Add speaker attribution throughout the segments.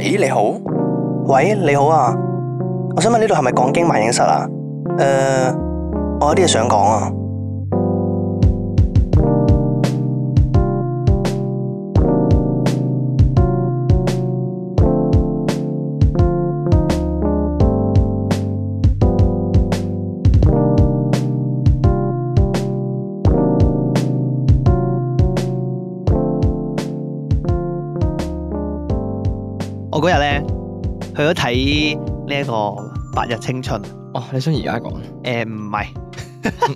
Speaker 1: 咦，你好，
Speaker 2: 喂，你好啊，我想問呢度係咪講經萬影室啊？誒、我有啲嘢想講啊。
Speaker 3: 我嗰日咧去咗睇呢一個《白日青春》，
Speaker 1: 哦，你想而家 講？
Speaker 3: 誒唔係，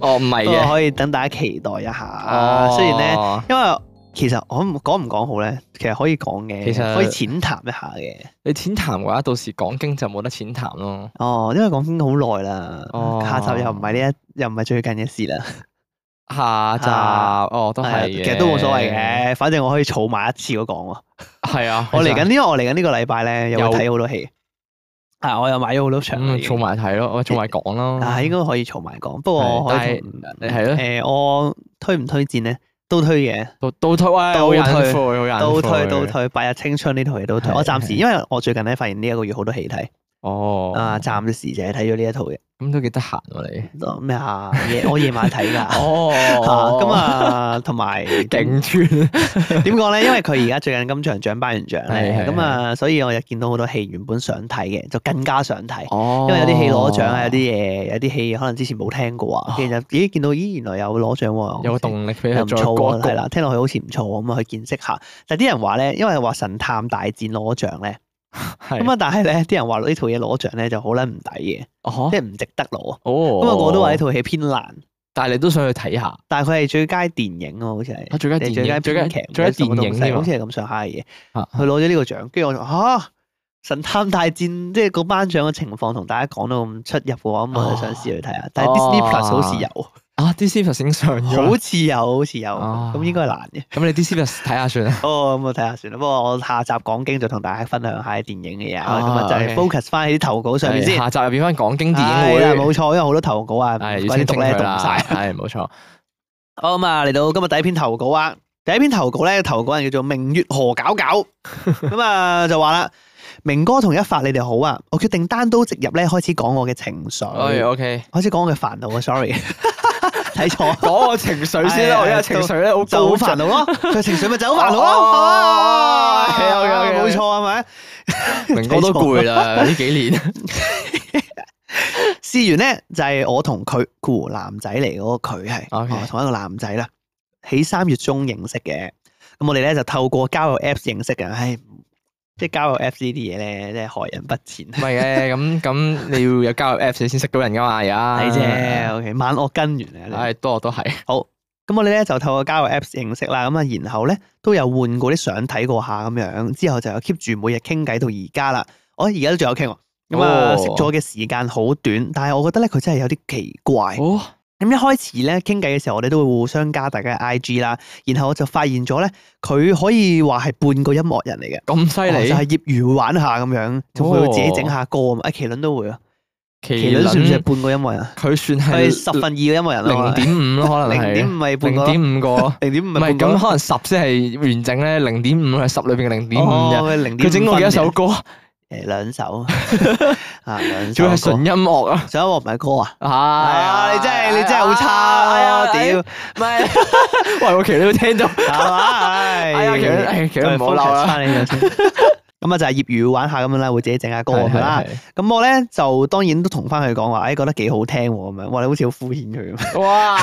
Speaker 1: 哦，啊唔係
Speaker 3: 不過
Speaker 1: 嘅。哦
Speaker 3: 可以等大家期待一下。雖然咧，
Speaker 1: 咧，
Speaker 3: 因為其實我唔講唔講好咧，其實可以講嘅，
Speaker 1: 其實
Speaker 3: 可以淺談一下嘅。
Speaker 1: 你淺談嘅話，到時講經就冇得淺談咯。
Speaker 3: 哦，因為講緊好耐啦，
Speaker 1: 哦
Speaker 3: 下集又唔係呢一，又唔係最近嘅事啦，
Speaker 1: 下集
Speaker 3: 啊
Speaker 1: 哦，都
Speaker 3: 啊
Speaker 1: 係
Speaker 3: 其
Speaker 1: 嘅，
Speaker 3: 實都冇所謂。嘅，反正我可以儲埋一次嗰講喎。
Speaker 1: 係啊，
Speaker 3: 我嚟
Speaker 1: 其實
Speaker 3: 緊，因為我嚟緊呢個禮拜咧，又會睇好多戲，啊，我又買咗好多場
Speaker 1: 咁啊，做
Speaker 3: 嚟嘅，
Speaker 1: 埋睇咯，我做埋講咯。
Speaker 3: 啊，應該可以儲埋講。不過我可以同
Speaker 1: 但係係咯
Speaker 3: 誒，呃我推唔推薦咧？都推嘅，
Speaker 1: 到到推，喂，
Speaker 3: 倒
Speaker 1: 好
Speaker 3: 退
Speaker 1: 隱晦，好隱
Speaker 3: 都推
Speaker 1: 晦
Speaker 3: 都。推，《白日青春》呢套戲都推。
Speaker 1: 係
Speaker 3: 我暫時
Speaker 1: 係
Speaker 3: 因為我最近咧發現呢一個月好多戲睇，
Speaker 1: 哦，
Speaker 3: 啊，暫時就係睇咗呢一套嘅。
Speaker 1: 咁都幾得閒喎你。
Speaker 3: 咩啊？夜 我夜晚睇㗎。
Speaker 1: 哦，
Speaker 3: 嚇咁，啊，同埋
Speaker 1: 勁穿。
Speaker 3: 點講咧？因為佢而家最近金像獎頒完獎
Speaker 1: 係
Speaker 3: 咧，
Speaker 1: 係
Speaker 3: 咁啊，所以我又見到好多戲原本想睇嘅，就更加想睇。
Speaker 1: 哦
Speaker 3: 因為有啲戲攞獎啊，有啲嘢，有啲戲可能之前冇聽過啊，跟住就咦見到咦原來有攞獎喎，
Speaker 1: 哦有個動力俾
Speaker 3: 又
Speaker 1: 佢
Speaker 3: 唔
Speaker 1: 再過
Speaker 3: 錯喎，
Speaker 1: 一過
Speaker 3: 係啦，聽落去好似唔錯咁啊，去見識下。但係啲人話咧，因為話神探大戰攞獎咧，
Speaker 1: 係
Speaker 3: 咁啊，但係咧啲人話呢套嘢攞獎咧就好撚唔抵嘅，
Speaker 1: 哦
Speaker 3: 即係唔值得攞。
Speaker 1: 哦，
Speaker 3: 咁啊，我都話呢套戲偏爛，
Speaker 1: 但係你都想去睇下啊？
Speaker 3: 但係佢係最佳電影啊，好似係。
Speaker 1: 最佳
Speaker 3: 你
Speaker 1: 電影，
Speaker 3: 最佳
Speaker 1: 最佳
Speaker 3: 編劇，
Speaker 1: 最佳
Speaker 3: 唔知
Speaker 1: 電
Speaker 3: 乜東
Speaker 1: 影
Speaker 3: 西
Speaker 1: 添啊
Speaker 3: 好似係咁上下嘅嘢。
Speaker 1: 啊
Speaker 3: 佢攞咗呢個獎，跟住我就嚇神探大戰，即係個頒獎嘅情況同大家講到咁出入嘅話，咁我就想試去睇下。
Speaker 1: 哦
Speaker 3: 但係 Disney Plus 好似有，
Speaker 1: 啊！DC Plus 影上咗啦，
Speaker 3: 好似有，好似有，
Speaker 1: 啊
Speaker 3: 咁應該係難嘅。
Speaker 1: 咁你 DC Plus 睇下算啦。
Speaker 3: 哦，咁我睇下算啦。不過我下集講經就同大家分享下啲電影嘅嘢啊，
Speaker 1: 啊
Speaker 3: 咁啊就係
Speaker 1: OK
Speaker 3: focus 翻喺啲投 稿上面先。
Speaker 1: 下集入變翻講經電影
Speaker 3: 係啦，
Speaker 1: 會，
Speaker 3: 冇錯，因為好多投稿啊，
Speaker 1: 係
Speaker 3: 嗰啲讀咧讀唔晒。
Speaker 1: 係冇錯。
Speaker 3: 好咁啊，嚟到今日第一篇投稿啊，第一篇投稿咧，投稿人叫做明月何搞 搞，咁啊就話啦，明哥同一發你哋好啊，我決定單刀直入咧，開始講我嘅情緒，
Speaker 1: 哎，OK，
Speaker 3: 開始講我嘅煩惱啊，sorry，睇錯，
Speaker 1: 講我情緒先啦，
Speaker 3: 係
Speaker 1: 我而家
Speaker 3: 係
Speaker 1: 情緒咧好
Speaker 3: 就好
Speaker 1: 高漲
Speaker 3: 煩惱咯，佢情緒咪就好煩惱
Speaker 1: 哦
Speaker 3: 咯，係嘛
Speaker 1: ，OK，OK，OK
Speaker 3: 冇錯係咪？
Speaker 1: 明哥都攰 啦，呢幾年
Speaker 3: 試完咧就係我同佢，酷男仔嚟嗰個佢係
Speaker 1: OK
Speaker 3: 哦同一個男仔啦，喺三月中認識嘅。咁我哋咧就透過交友 Apps 認識嘅，唉，即係交友 Apps 呢啲嘢咧，即係害人不淺
Speaker 1: 唔，係嘅，咁咁你要有交友 Apps 你先識到人噶嘛，而家
Speaker 3: 係啫。OK，萬惡根源嚟嘅。
Speaker 1: 唉，多都啊係
Speaker 3: 咁我哋咧就透過交友 Apps 認識啦，咁啊，然後咧都有換過啲相睇過下咁樣，之後就有 keep 住每日傾偈到而家啦。我而家都仲有傾喎。咁啊，
Speaker 1: 哦
Speaker 3: 識咗嘅時間好短，但係我覺得咧佢真係有啲奇怪。
Speaker 1: 哦，
Speaker 3: 咁一開始咧傾偈嘅時候，我哋都會互相加大家嘅 I G 啦。然後我就發現咗咧，佢可以話係半個音樂人嚟嘅，
Speaker 1: 咁犀
Speaker 3: 哦
Speaker 1: 利哦
Speaker 3: 就，係業餘玩下咁樣，仲會自己整下歌啊嘛。啊，麒麟都會啊，麒麟算唔算係半個音樂人啊？
Speaker 1: 佢算
Speaker 3: 佢
Speaker 1: 係
Speaker 3: 十分二個音樂人
Speaker 1: 零
Speaker 3: 啊
Speaker 1: 點五
Speaker 3: 嘛，
Speaker 1: 咯，可能
Speaker 3: 零
Speaker 1: 係
Speaker 3: 點五咪半個
Speaker 1: 零
Speaker 3: 咯，零
Speaker 1: 點五
Speaker 3: 點
Speaker 1: 個，唔
Speaker 3: 五咪
Speaker 1: 係
Speaker 3: 半個
Speaker 1: 咁
Speaker 3: 咯。
Speaker 1: 可能十先係完整咧，零點五係十裏邊嘅零點五
Speaker 3: 哦
Speaker 1: 啫。
Speaker 3: 佢零點
Speaker 1: 佢整過幾多首？歌？
Speaker 3: 誒，兩 首啊，兩首
Speaker 1: 仲要
Speaker 3: 歌。
Speaker 1: 係純
Speaker 3: 上
Speaker 1: 音哎樂啊！
Speaker 3: 一鑊唔係歌啊？
Speaker 1: 係
Speaker 3: 係啊，你真係你真係好差啊！
Speaker 1: 哎
Speaker 3: 屌，
Speaker 1: 唔係，喂，我其實都聽到，
Speaker 3: 係嘛？唉
Speaker 1: 哎呀，其實哎其實唔好
Speaker 3: 再
Speaker 1: 嬲
Speaker 3: focus
Speaker 1: 啦，
Speaker 3: 返呢 度先咁啊，就係業餘玩下咁樣啦，會自己整下歌咁樣啦
Speaker 1: 係。
Speaker 3: 咁我咧就當然都同翻佢講話，誒哎覺得幾好聽喎咁樣。哇，你好似好敷衍佢咁，
Speaker 1: 係哇，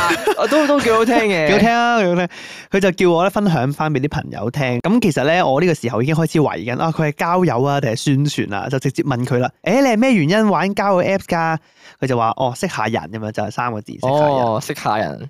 Speaker 1: 都都幾好聽嘅，
Speaker 3: 幾好聽啊， 幾好聽。佢就叫我咧分享翻俾啲朋友聽。咁其實咧，我呢個時候已經開始懷疑緊啊，佢係交友啊定係宣傳啊？就直接問佢啦。誒，你係咩原因玩交友 Apps 㗎？佢就話哦，識下人咁樣，就係三個字識下人。
Speaker 1: 哦，識下人，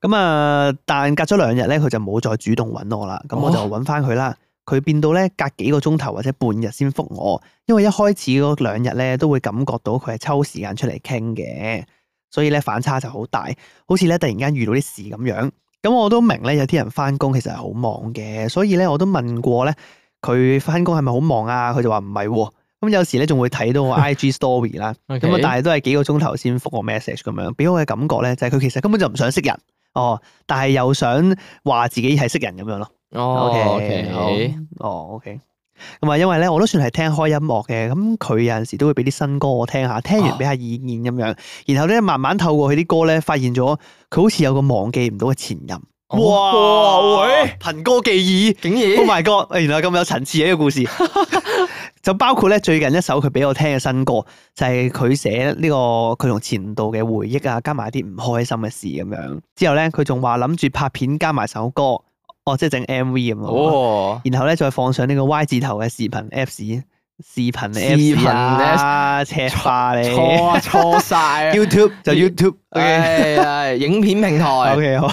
Speaker 3: 咁啊，但隔咗兩日咧，佢就冇再主動揾我啦。咁我就
Speaker 1: 哦
Speaker 3: 揾翻佢啦。佢變到咧隔幾個鐘頭或者半日先覆我，因為一開始嗰兩日咧都會感覺到佢係抽時間出嚟傾嘅，所以咧反差就好大，好似咧突然間遇到啲事咁樣。咁我都明咧，有啲人翻工其實係好忙嘅，所以咧我都問過咧佢翻工係咪好忙啊？佢就話唔係喎。咁有時咧仲會睇到我 IG story 啦。咁啊，但係都係幾個鐘頭先覆我 message 咁樣，俾我嘅感覺咧就係佢其實根本就唔想識人，哦，但係又想話自己係識人咁樣咯。
Speaker 1: 但哦
Speaker 3: OK，好
Speaker 1: ，OK，
Speaker 3: 哦，OK，咁啊，因為咧我都算係聽開音樂嘅，咁佢有陣時都會俾啲新歌我聽下，聽完俾下意見咁樣，然後咧慢慢透過佢啲歌咧，發現咗佢好似有個忘記唔到嘅前任。
Speaker 1: 哦哇喂，
Speaker 3: 憑歌寄意。
Speaker 1: 竟
Speaker 3: Oh
Speaker 1: 然
Speaker 3: my god！原來咁有層次嘅一個故 事，就包括咧最近一首佢俾我聽嘅新歌，就係佢寫呢個佢同前度嘅回憶啊，加埋啲唔開心嘅事咁樣。之後咧，佢仲話諗住拍片加埋首歌，哦，即係整 M V 咁咯。
Speaker 1: 哦，
Speaker 3: 然後咧再放上呢個 Y 字頭嘅視頻 Apps，視頻 Apps
Speaker 1: 視頻
Speaker 3: 啊，赤化你
Speaker 1: 錯啊 錯晒啊
Speaker 3: YouTube 就 YouTube。
Speaker 1: 係係影片 平台
Speaker 3: O K 好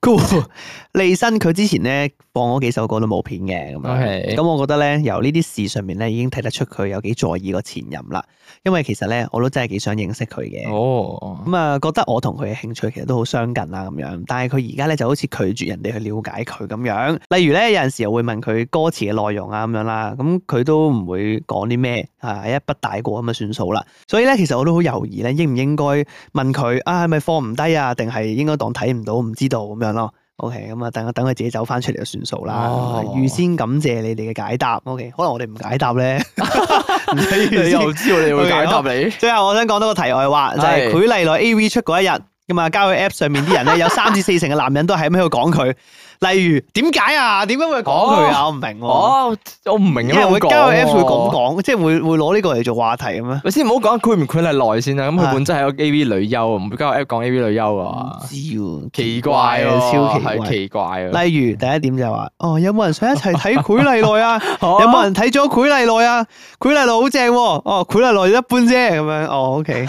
Speaker 3: cool。利申佢之前咧放嗰幾首歌都冇片嘅咁樣，
Speaker 1: OK
Speaker 3: 咁我覺得咧由呢啲事上面咧已經睇得出佢有幾在意個前任啦。因為其實咧我都真係幾想認識佢嘅，
Speaker 1: 哦，
Speaker 3: 咁啊覺得我同佢嘅興趣其實都好相近啊啦咁樣。但係佢而家咧就好似拒絕人哋去了解佢咁樣。例如咧有陣時又會問佢歌詞嘅內容啊咁樣啦，咁佢都唔會講啲咩啊，一筆帶過咁啊算數啦。所以咧，其實我都好猶豫咧，應唔應該問佢啊，係咪放唔低啊，定係應該當睇唔到、唔知道咁樣咯？OK，咁啊，等等佢自己走翻出嚟就算數啦。
Speaker 1: 哦
Speaker 3: 預先感謝你哋嘅解答。OK，可能我哋唔解答 咧，唔使
Speaker 1: 你
Speaker 3: 預先
Speaker 1: 又知道你會解答你，
Speaker 3: 最後我想講多個題外話，就係
Speaker 1: 係
Speaker 3: 佢例來 A.V. 出嗰一日，咁啊交友 App 上面啲 人咧，有三至四成嘅男人都係咁喺度講佢，例如點解啊？點解會講佢啊？我唔明喎。
Speaker 1: 哦，我唔明
Speaker 3: 因
Speaker 1: 啊，
Speaker 3: 為會
Speaker 1: 咁講
Speaker 3: 交友 App 會
Speaker 1: 喎
Speaker 3: 咁講，即係會會攞呢個嚟做話題嘅咩？
Speaker 1: 咪先唔好講佢唔佢係內先啦，咁
Speaker 3: 係
Speaker 1: 佢本質係個 A V 女優，唔會交個 app 講 A V 女優
Speaker 3: 唔
Speaker 1: 啊，
Speaker 3: 知喎，
Speaker 1: 奇怪啊，
Speaker 3: 超奇
Speaker 1: 係
Speaker 3: 怪。
Speaker 1: 奇怪啊，
Speaker 3: 例如第一點就係話，哦，有冇人想一齊睇《繪麗奈》啊？
Speaker 1: 哦
Speaker 3: 有冇人睇咗《繪麗奈》啊？《繪麗奈》好正喎，哦，《繪麗奈》一般啫，咁樣，哦，OK，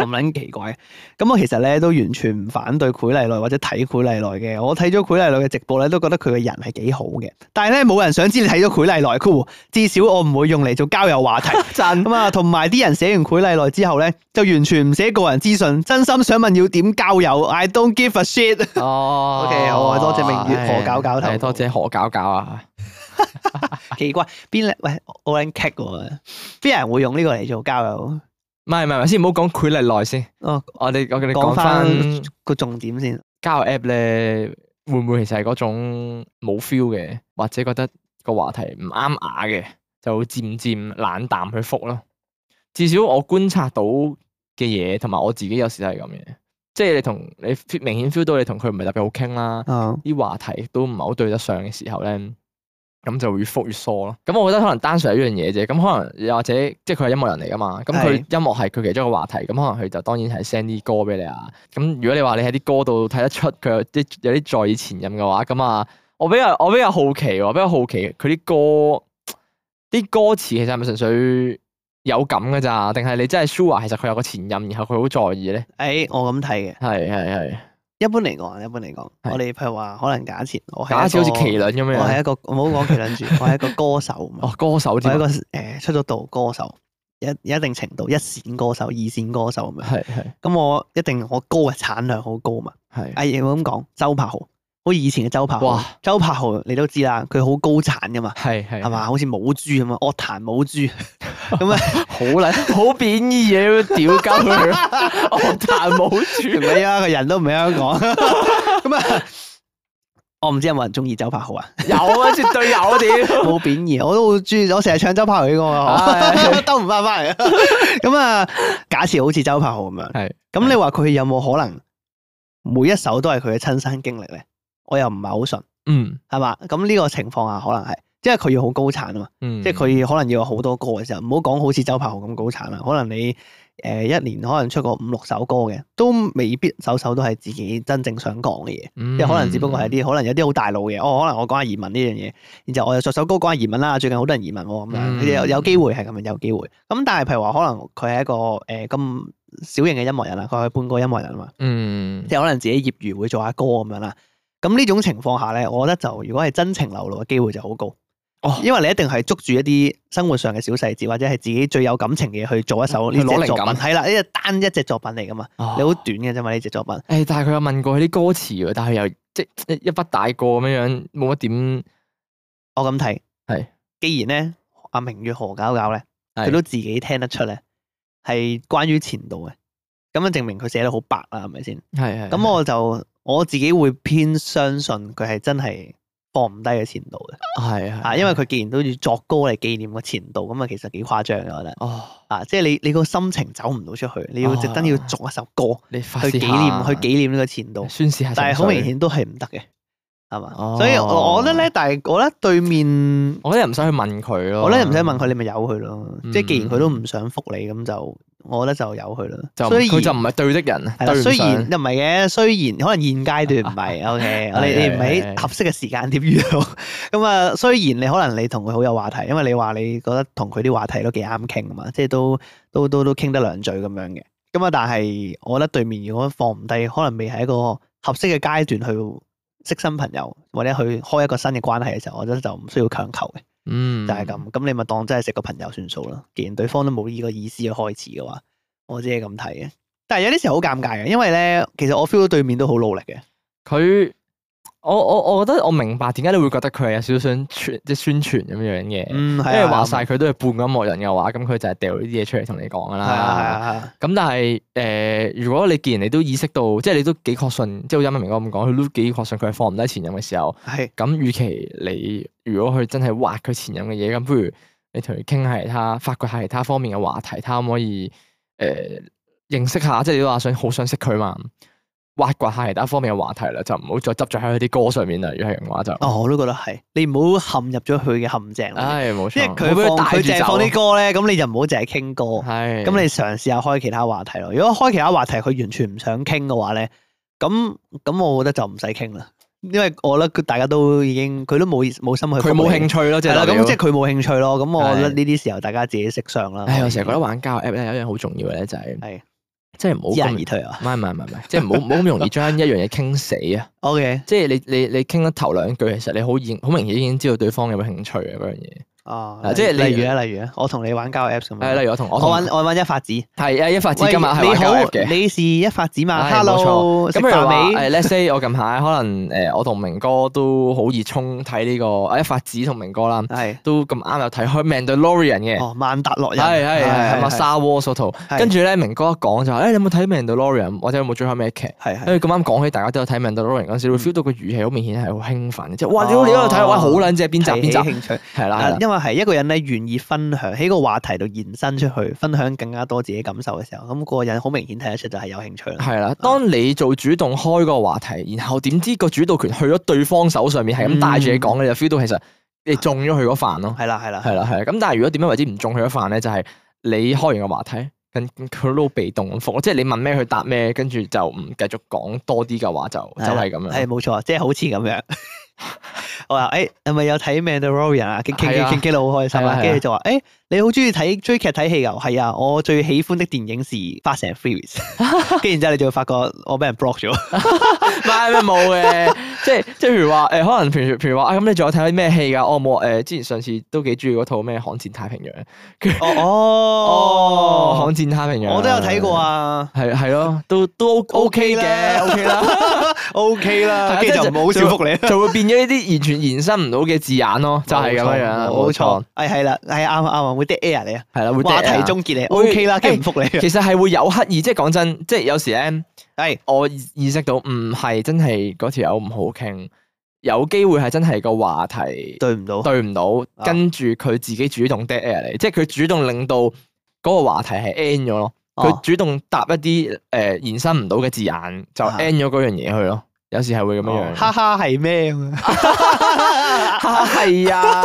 Speaker 3: 咁撚奇怪。咁啊我其實咧都完全唔反對《繪麗奈》或者睇《繪麗奈》嘅，我睇咗《繪麗奈》嘅直播咧，都覺得佢個人係幾好嘅。但係咧，冇人想知你睇咗《繪麗奈》，cool，至少我唔會用嚟做交友話題。
Speaker 1: 真
Speaker 3: 咁啊，同埋啲人寫完舉例來之後咧，就完全唔寫個人資訊，真心想問要點交友，I don't give a shit。
Speaker 1: 哦
Speaker 3: OK，好啊多謝明月何搞搞頭
Speaker 1: 係多謝何搞搞啊，
Speaker 3: 奇怪，邊嚟喂我撚棘喎，邊人會用呢個嚟做交友？
Speaker 1: 唔係唔係唔係先唔好講佢係內先，
Speaker 3: 哦，
Speaker 1: 我哋我哋
Speaker 3: 講
Speaker 1: 講
Speaker 3: 翻
Speaker 1: 翻
Speaker 3: 個重點先。
Speaker 1: 交友 app 咧，會唔會其實係嗰種冇 feel 嘅，或者覺得個話題唔啱牙嘅，就漸漸冷淡去覆咯。至少我觀察到嘅嘢，同埋我自己有時都係咁嘅，即係你同你 feel- 明顯 feel 到你同佢唔係特別好傾啦。
Speaker 3: 嗯，
Speaker 1: 啲話題都唔係好對得上嘅時候咧，咁就會越覆越疏咯。咁我覺得可能單純係一樣嘢啫。咁可能又或者即係佢係音樂人嚟噶嘛，咁佢
Speaker 3: 係
Speaker 1: 音樂係佢其中一個話題，咁可能佢就當然係 send 啲歌俾你啊。咁如果你話你喺啲歌度睇得出佢有啲有啲在意前任嘅話，咁啊，我比較我比較好奇喎，比較好奇佢啲歌啲歌詞其實係咪純粹有感㗎咋？定係你真係 sure 其實佢有個前任，然後佢好在意咧？
Speaker 3: 誒，我咁睇嘅。
Speaker 1: 係係係，
Speaker 3: 一般嚟講，一般嚟講，我哋譬如話，可能假設我係
Speaker 1: 假設好似
Speaker 3: 麒
Speaker 1: 麒麟咁
Speaker 3: 我係
Speaker 1: 樣。
Speaker 3: 一個唔好講麒 麟住，我係一個歌手嘛。
Speaker 1: 哦，歌手
Speaker 3: 我
Speaker 1: 添
Speaker 3: 係一個
Speaker 1: 啊，
Speaker 3: 誒出咗道歌手，一一定程度一線歌手、二線歌手咁樣。
Speaker 1: 係係
Speaker 3: 咁我一定我歌嘅產量好高嘛。
Speaker 1: 係。
Speaker 3: 哎，我咁講，周柏豪，好似以前嘅周柏豪
Speaker 1: 哇。
Speaker 3: 周柏豪你都知啦，佢好高產噶嘛，
Speaker 1: 係係
Speaker 3: 係 嘛？？好似母豬咁啊，樂壇母豬 咁啊，
Speaker 1: 好撚好貶義嘢，屌鳩佢，樂壇 冇
Speaker 3: 唔
Speaker 1: 主。
Speaker 3: 理啊，個人都唔喺香港。 咁啊，我唔知有冇人中意周柏 豪啊？
Speaker 1: 有啊，絕對有啊，屌！
Speaker 3: 冇貶義，我都好中意，我成日唱周柏豪呢個 啊，
Speaker 1: 唉
Speaker 3: 兜唔翻翻嚟。咁啊，假設好似周柏豪咁樣，
Speaker 1: 係
Speaker 3: 咁你話佢有冇可能每一首都係佢嘅親身經歷咧？我又唔係好信，
Speaker 1: 嗯
Speaker 3: 係嘛？咁呢個情況下可能係，因為佢要好高產啊嘛。
Speaker 1: 嗯，
Speaker 3: 即係佢可能要有好多歌嘅時候，唔好講好似周柏豪咁高產啦。可能你誒、呃一年可能出過五六首歌嘅，都未必首首都係自己真正想講嘅嘢。
Speaker 1: 嗯，
Speaker 3: 即係可能只不過係啲可能有啲好大路嘅，哦，可能我講下移民呢樣嘢，然之後我又作首歌講下移民啦，最近好多人移民喎咁樣，
Speaker 1: 嗯
Speaker 3: 佢哋有有機會係咁樣有機會。咁但係譬如話，可能佢係一個誒咁、小型嘅音樂人啦，佢係半個音樂人啊嘛，
Speaker 1: 嗯
Speaker 3: 即係可能自己業餘會做下歌咁樣啦。咁呢種情況下咧，我覺得就如果係真情流露嘅機會就好高。
Speaker 1: 哦
Speaker 3: 因為你一定係捉住一啲生活上嘅小細節，或者係自己最有感情嘅嘢去做一首呢
Speaker 1: 嗯去攞
Speaker 3: 隻
Speaker 1: 靈
Speaker 3: 作品。
Speaker 1: 感
Speaker 3: 係啦，呢隻單一隻作品嚟噶嘛，
Speaker 1: 你
Speaker 3: 你好短嘅啫嘛，呢隻作品。
Speaker 1: 誒，但係佢有問過佢啲歌詞喎，但係佢又即係一筆帶過咁樣樣，冇乜點
Speaker 3: 我咁睇，
Speaker 1: 係
Speaker 3: 既然咧阿明月何搞搞咧，
Speaker 1: 係
Speaker 3: 佢都自己聽得出咧，係關於前度嘅，咁啊證明佢寫得好白啦，係咪先？
Speaker 1: 係係。
Speaker 3: 咁我就我自己會偏相信佢係真係放唔低嘅前度嘅，
Speaker 1: 係係
Speaker 3: 啊，因為佢既然都要作歌嚟紀念個前度，咁啊其實幾誇張嘅，我覺得，
Speaker 1: 哦，
Speaker 3: 啊，即係你你個心情走唔到出去，你要特登要作一首歌
Speaker 1: 你發
Speaker 3: 去
Speaker 1: 泄
Speaker 3: 紀
Speaker 1: 啊下
Speaker 3: 念去紀念呢個前 度，
Speaker 1: 宣泄下，
Speaker 3: 但係好明，顯都係唔得嘅，係嘛
Speaker 1: 哦？
Speaker 3: 所以我我覺得咧，但係我覺得對面。
Speaker 1: 我覺得唔使去問佢咯，
Speaker 3: 我咧唔使問佢，你咪由佢咯。即係既然佢都
Speaker 1: 哦嗯
Speaker 3: 唔想覆你，咁就我覺得就由佢啦。
Speaker 1: 就唔
Speaker 3: 雖
Speaker 1: 佢就
Speaker 3: 然
Speaker 1: 唔係對的人，啊
Speaker 3: 係啦，
Speaker 1: 對唔
Speaker 3: 雖
Speaker 1: 上
Speaker 3: 然又唔係嘅，雖然可能現階段唔 係 OK，我哋
Speaker 1: 係
Speaker 3: 你唔喺
Speaker 1: 係
Speaker 3: 合適嘅時間點遇到。咁啊，雖然你可能你同佢好有話題，因為你話你覺得同佢啲話題都幾啱傾啊嘛，即係都都都都傾得兩嘴咁樣嘅。咁啊，但係我覺得對面如果放唔低，可能未係一個合適嘅階段去識新朋友，或者去開一個新嘅關係嘅時候，我覺得就唔需要強求嘅。
Speaker 1: 嗯
Speaker 3: 就係咁。咁你咪當真係識個朋友算數啦。既然對方都冇呢個意思去開始嘅話，我只係咁睇嘅。但係有啲時候好尷尬嘅，因為咧，其實我 feel 到對面都好努力嘅，
Speaker 1: 佢，我我我覺得我明白點解你會覺得佢係有少少想傳即係宣傳咁樣嘅，
Speaker 3: 嗯，
Speaker 1: 因
Speaker 3: 係
Speaker 1: 為
Speaker 3: 啊，
Speaker 1: 話晒佢都係半音樂人嘅話，咁佢就係掉呢啲嘢出嚟同你講噶
Speaker 3: 係啊，係
Speaker 1: 啦。
Speaker 3: 啊，係啊
Speaker 1: 咁但係誒，如果你既然你都意識到，即係你都幾確信，即係好似啱啱明哥咁講，佢都幾確信佢係放唔低前任嘅時候，
Speaker 3: 係
Speaker 1: 咁與其你如果佢真係挖佢前任嘅嘢，咁不如你同佢傾下其他，發掘下其他方面嘅話題，睇下可唔可以誒、呃、認識下，即係你都話想好想識佢嘛，挖掘下其他方面嘅話題啦，就唔好再執着喺佢啲歌上面啦。如果係咁嘅話就，
Speaker 3: 哦，我都覺得係。你唔好陷入咗佢嘅陷阱裏面，
Speaker 1: 唉啊冇
Speaker 3: 因
Speaker 1: 錯，
Speaker 3: 為佢
Speaker 1: 唔好俾
Speaker 3: 放
Speaker 1: 帶
Speaker 3: 佢
Speaker 1: 住
Speaker 3: 淨係
Speaker 1: 走啊
Speaker 3: 放啲歌咧，咁你就唔好淨係傾歌。
Speaker 1: 係
Speaker 3: 咁你嘗試下開其他話題咯。如果開其他話題，佢完全唔想傾嘅話咧，咁咁我覺得就唔使傾啦，因為我覺得佢大家都已經佢都冇冇心去
Speaker 1: 佢
Speaker 3: 覆
Speaker 1: 冇
Speaker 3: 你
Speaker 1: 興趣咯，即
Speaker 3: 係
Speaker 1: 係
Speaker 3: 啦，
Speaker 1: 代
Speaker 3: 咁
Speaker 1: 表
Speaker 3: 即係佢冇興趣咯。咁我覺得
Speaker 1: 係
Speaker 3: 呢啲時候大家自己識相啦。
Speaker 1: 唉，我成日覺得玩交友 app 咧有一樣好重要嘅咧，就係
Speaker 3: 嗯係
Speaker 1: 即係唔好
Speaker 3: 知難
Speaker 1: 咁
Speaker 3: 而。退啊。
Speaker 1: 唔係唔係唔係唔係，即係唔好唔好咁容易將一樣嘢傾死啊！
Speaker 3: O K
Speaker 1: 即係你你你傾得頭兩句，其實你好已好明顯已經知道對方有冇興趣啊嗰樣嘢。
Speaker 3: 啊
Speaker 1: 嗱，即係
Speaker 3: 例
Speaker 1: 例
Speaker 3: 如
Speaker 1: 如
Speaker 3: 咧，例如咧，我同你玩交友 Apps 咁樣。
Speaker 1: 係，例如我同
Speaker 3: 嗯
Speaker 1: 我
Speaker 3: 我
Speaker 1: 同
Speaker 3: 玩我玩一發子，喂
Speaker 1: 係啊，一發子今日係
Speaker 3: 你
Speaker 1: 玩交
Speaker 3: 好
Speaker 1: 友 app，嘅。
Speaker 3: 你是一發子嘛
Speaker 1: 係冇錯
Speaker 3: ？Hello，食
Speaker 1: 咁譬如話
Speaker 3: 飯
Speaker 1: 誒
Speaker 3: 未？
Speaker 1: ，let's say 我近排可能誒，我同明哥都好熱衷睇呢個啊一發子同明哥啦，
Speaker 3: 係
Speaker 1: 都咁啱又睇開《Mandalorian》嘅。
Speaker 3: 哦，萬達落
Speaker 1: 係
Speaker 3: 人
Speaker 1: 係係咁啊，Star Wars 嗰套，
Speaker 3: 係
Speaker 1: 跟住咧明哥一講就話，誒你有冇睇《Mandalorian》或者有冇追開咩劇？
Speaker 3: 係係
Speaker 1: 因為咁啱講起，大家都有睇《Mandalorian》嗰陣時，會 feel 到個語氣好明顯係好興奮，即係哇！屌你喺度睇，哇好撚正，邊集邊
Speaker 3: 哦提起
Speaker 1: 集
Speaker 3: 興趣，
Speaker 1: 係啦，係
Speaker 3: 啊
Speaker 1: 啦
Speaker 3: 因為係一個人咧願意分享喺個話題度延伸出去，分享更加多自己感受嘅時候，咁嗰個人好明顯睇得出就係有興趣啦。
Speaker 1: 係啦。當你做主動開個話題，然後點知個主導權去咗對方手上面，係
Speaker 3: 嗯
Speaker 1: 咁帶住你講，你就 feel 到其實你中咗佢嗰飯咯。
Speaker 3: 係啦係啦，
Speaker 1: 係啦係啦。咁但係如果點樣為之唔中佢嗰飯咧，就係你開完個話題。跟佢都好被動咁覆咯，即係你問咩佢答咩，跟住就唔繼續講多啲嘅話就就係咁
Speaker 3: 係
Speaker 1: 樣。
Speaker 3: 冇錯，即係好似咁樣。 我話誒，係咪有睇《Mandalorian》啊？ 傾傾
Speaker 1: 係
Speaker 3: 傾
Speaker 1: 啊
Speaker 3: 傾傾到好開心
Speaker 1: 係啊
Speaker 3: 啊！
Speaker 1: 係啊
Speaker 3: 跟住就話誒，你好中意睇追劇睇戲㗎？係啊，我最喜歡的電影是《Fast and Furious》。跟住然之後，你就會發覺我俾人 block 咗。
Speaker 1: 唔係咩冇嘅，即係即係譬如話誒、可能譬如譬如話啊，咁你仲有睇啲咩戲㗎？我冇誒，之前上次都幾中意嗰套咩《悍戰太平洋》。
Speaker 3: 哦
Speaker 1: 哦，
Speaker 3: 哦
Speaker 1: 《悍，戰太平洋》
Speaker 3: 我都有睇過，啊。
Speaker 1: 係係咯，都都 OK
Speaker 3: OK
Speaker 1: 嘅
Speaker 3: 啦
Speaker 1: ，OK 啦。
Speaker 3: OK 啦，
Speaker 1: 係啊
Speaker 3: 跟住就
Speaker 1: 即係
Speaker 3: 唔好
Speaker 1: 就
Speaker 3: 笑福你。
Speaker 1: 就會變咗呢啲完全延伸唔到嘅字眼咯， 就係咁樣樣啦，
Speaker 3: 冇錯。誒係啦，係啱啊啱啊，會 dead air 你啊，
Speaker 1: 係啦，會
Speaker 3: 話題
Speaker 1: dead air
Speaker 3: 終結你。啊
Speaker 1: 會哎
Speaker 3: OK 啦，跟住唔復你啊。
Speaker 1: 其實係會有刻意，即係講真，即係有時咧，
Speaker 3: 係
Speaker 1: 我意識到唔係真係嗰條友唔好傾，有機會係真係個話題
Speaker 3: 對唔到，
Speaker 1: 對唔到，
Speaker 3: 啊
Speaker 1: 跟住佢自己主動 dead air 你，即係佢主動令到嗰個話題係 end 咗咯。佢、
Speaker 3: 哦
Speaker 1: 主動答一啲誒、呃延伸唔到嘅字眼，就
Speaker 3: 啊
Speaker 1: end 咗嗰樣嘢去咯。有時哦係會咁啊樣樣。
Speaker 3: 哈哈係咩咁樣？
Speaker 1: 係啊，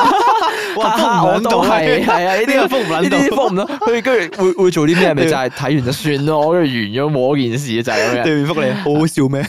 Speaker 3: 哇，
Speaker 1: 哈
Speaker 3: 都
Speaker 1: 我
Speaker 3: 唔
Speaker 1: 都係
Speaker 3: 係
Speaker 1: 係啊，呢
Speaker 3: 呢
Speaker 1: 啲
Speaker 3: 個封唔
Speaker 1: 呢
Speaker 3: 撚到
Speaker 1: 啲覆唔到，佢跟住會會做啲咩？咪就係睇完就算咯，跟住完咗冇嗰件事就係咁樣。
Speaker 3: 對面 覆你，好好笑咩？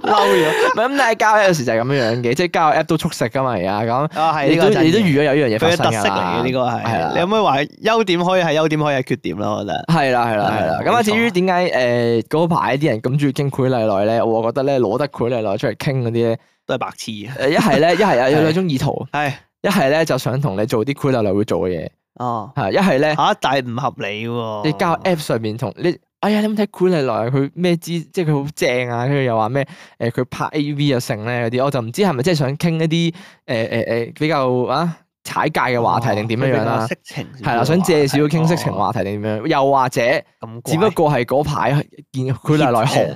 Speaker 1: 嬲咗。唔係咁，但係交友有時就係咁樣樣嘅，即係交友 app 都速食噶嘛而家咁。
Speaker 3: 啊，係
Speaker 1: 你
Speaker 3: 呢個
Speaker 1: 都
Speaker 3: 真
Speaker 1: 你都
Speaker 3: 嘅
Speaker 1: 預咗有一樣嘢
Speaker 3: 佢嘅
Speaker 1: 發
Speaker 3: 特
Speaker 1: 生
Speaker 3: 色
Speaker 1: 㗎
Speaker 3: 嚟嘅呢個
Speaker 1: 係
Speaker 3: 係。
Speaker 1: 啦
Speaker 3: 你可唔可以話優點可以係優點，可以係缺點啦？我覺得
Speaker 1: 係啦係啦
Speaker 3: 係
Speaker 1: 係啦。咁
Speaker 3: 冇
Speaker 1: 啊，
Speaker 3: 錯
Speaker 1: 至於點解誒嗰排啲人咁中意傾攰麗內咧？我覺得咧攞得攰麗內出嚟傾嗰啲咧，
Speaker 3: 都係白痴嘅。
Speaker 1: 誒一係咧一係有
Speaker 3: 係
Speaker 1: 兩種意圖，
Speaker 3: 係
Speaker 1: 一係咧就想同你做啲攰麗內會做嘅嘢，
Speaker 3: 哦
Speaker 1: 係一係咧
Speaker 3: 嚇，但係唔合理喎。
Speaker 1: 你交友 app 上面同你。哎呀，你有冇睇攰麗內佢咩知，即係佢好正啊！跟住又話咩誒，佢拍 A.V. 又剩咧嗰啲，我就唔知係咪即係想傾一啲誒誒誒比較啊踩界嘅話
Speaker 3: 哦
Speaker 1: 題定點樣樣啦、
Speaker 3: 色情
Speaker 1: 係啦，想借少少傾色情話題定點樣？又或者，
Speaker 3: 題，咁
Speaker 1: 只不過係嗰排見佢嚟來紅，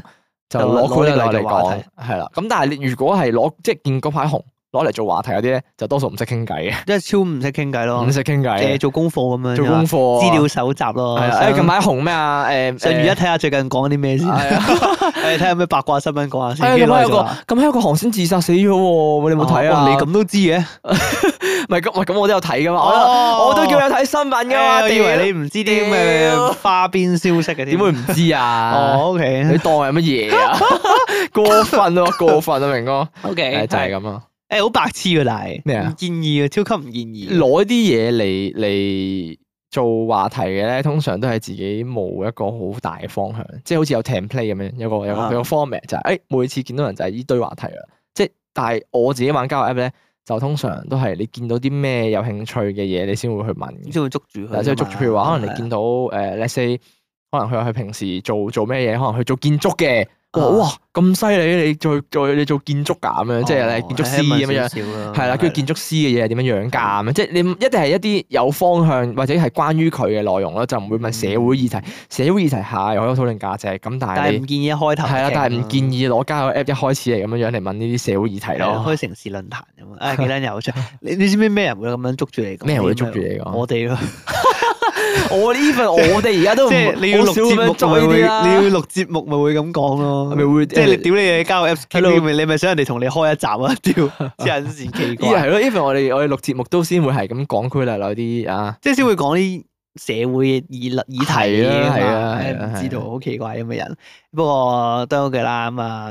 Speaker 1: 就
Speaker 3: 就
Speaker 1: 攞佢
Speaker 3: 攞呢個
Speaker 1: 嚟
Speaker 3: 嚟做話
Speaker 1: 講
Speaker 3: 題，
Speaker 1: 係啦。咁但係你如果係攞即係見嗰排紅攞嚟做話題嗰啲咧，就多數唔識傾偈嘅，
Speaker 3: 即係超唔識傾偈咯
Speaker 1: 唔，識傾
Speaker 3: 誒
Speaker 1: 偈，
Speaker 3: 做功課咁樣，
Speaker 1: 做功課啊
Speaker 3: 資料搜集咯。
Speaker 1: 係啊。
Speaker 3: 想
Speaker 1: 誒近排紅咩啊？誒
Speaker 3: 上
Speaker 1: 誒
Speaker 3: 如一睇下最近講啲咩先，
Speaker 1: 係
Speaker 3: 誒
Speaker 1: 啊
Speaker 3: 睇下有咩八卦新聞講下
Speaker 1: 係啊，
Speaker 3: 先。
Speaker 1: 咁
Speaker 3: 跟住
Speaker 1: 啱
Speaker 3: 我哋
Speaker 1: 有個
Speaker 3: 就話
Speaker 1: 咁啱有個韓先自殺死咗喎，你有冇睇
Speaker 3: 哦
Speaker 1: 啊？
Speaker 3: 你咁都知嘅，
Speaker 1: 唔係咁，喂咁我都有睇噶嘛，我
Speaker 3: 哦哎
Speaker 1: 都我都叫你睇新聞噶嘛，
Speaker 3: 誒我以為你唔知啲咁嘅
Speaker 1: 屌
Speaker 3: 花邊消息嘅添。
Speaker 1: 你點會唔知啊？
Speaker 3: 哦
Speaker 1: 你
Speaker 3: ，OK
Speaker 1: 當係乜嘢啊？ 過分啊，過分啊，明哥，
Speaker 3: OK，
Speaker 1: 誒就係咁啊，
Speaker 3: 誒，好白痴㗎，但係
Speaker 1: 咩啊
Speaker 3: 唔建議啊，超級唔建議。
Speaker 1: 攞啲嘢嚟嚟做話題嘅咧，通常都係自己冇一個好大嘅方向，即係好似有 template 咁樣，有個有個
Speaker 3: 啊
Speaker 1: 有個 format 就係、誒、每次見到人就係呢堆話題啦。即係但係我自己玩交友 app 咧，就通常都係你見到啲咩有興趣嘅嘢，你先會去問嘅
Speaker 3: 咁。先會捉住佢㗎嘛。
Speaker 1: 嗱，即係捉住譬如話，可能你
Speaker 3: 係啊
Speaker 1: 見到誒，let's say，可能佢話佢平時做做咩嘢，可能佢做建築嘅，哇
Speaker 3: 啊
Speaker 1: 哇咁犀利，你做做你做建築㗎咁樣，即係
Speaker 3: 哦
Speaker 1: 你建築師咁樣，
Speaker 3: 誒問少少啦
Speaker 1: 係啦，跟住建築師嘅嘢係點樣養㗎咁樣，即係你一定係一啲有方向或者係關於佢嘅內容咯，就唔會問社會議題。社會議題下又可以有討論價值，咁但
Speaker 3: 嗯但
Speaker 1: 係
Speaker 3: 係
Speaker 1: 你
Speaker 3: 唔建議一開頭啊
Speaker 1: 係啦，啊但係唔建
Speaker 3: 議
Speaker 1: 議攞交友 app 一開始嚟咁樣樣嚟問呢啲社會議題咯
Speaker 3: 啊開。城市論壇咁啊， 唉幾撚有趣。你你知唔知咩人會咁樣捉住你講？
Speaker 1: 咩人會捉住你講
Speaker 3: 我哋咯，
Speaker 1: 我呢份我哋而家都 唔
Speaker 3: 即係你要
Speaker 1: 好
Speaker 3: 錄
Speaker 1: 少咁
Speaker 3: 節
Speaker 1: 樣
Speaker 3: 目
Speaker 1: 做呢
Speaker 3: 咪會，你
Speaker 1: 啲啦，
Speaker 3: 要錄節目咪會咁講咯。
Speaker 1: 係 咪會
Speaker 3: 即係你
Speaker 1: 誒
Speaker 3: 屌你嘅交友 Apps
Speaker 1: 喺度
Speaker 3: 傾，你咪你咪想人哋同你開一集啊？屌，真是奇
Speaker 1: 依係
Speaker 3: 怪。
Speaker 1: 咯，even 我哋我哋錄節目都先會係咁講區內有啲啊，
Speaker 3: 即係先會講啲社會議論議題嘅
Speaker 1: 係
Speaker 3: 嘛
Speaker 1: 啊
Speaker 3: 唉
Speaker 1: 係啊
Speaker 3: 唔
Speaker 1: 係啊
Speaker 3: 知道好奇怪咁嘅人。不過都好嘅啦，咁啊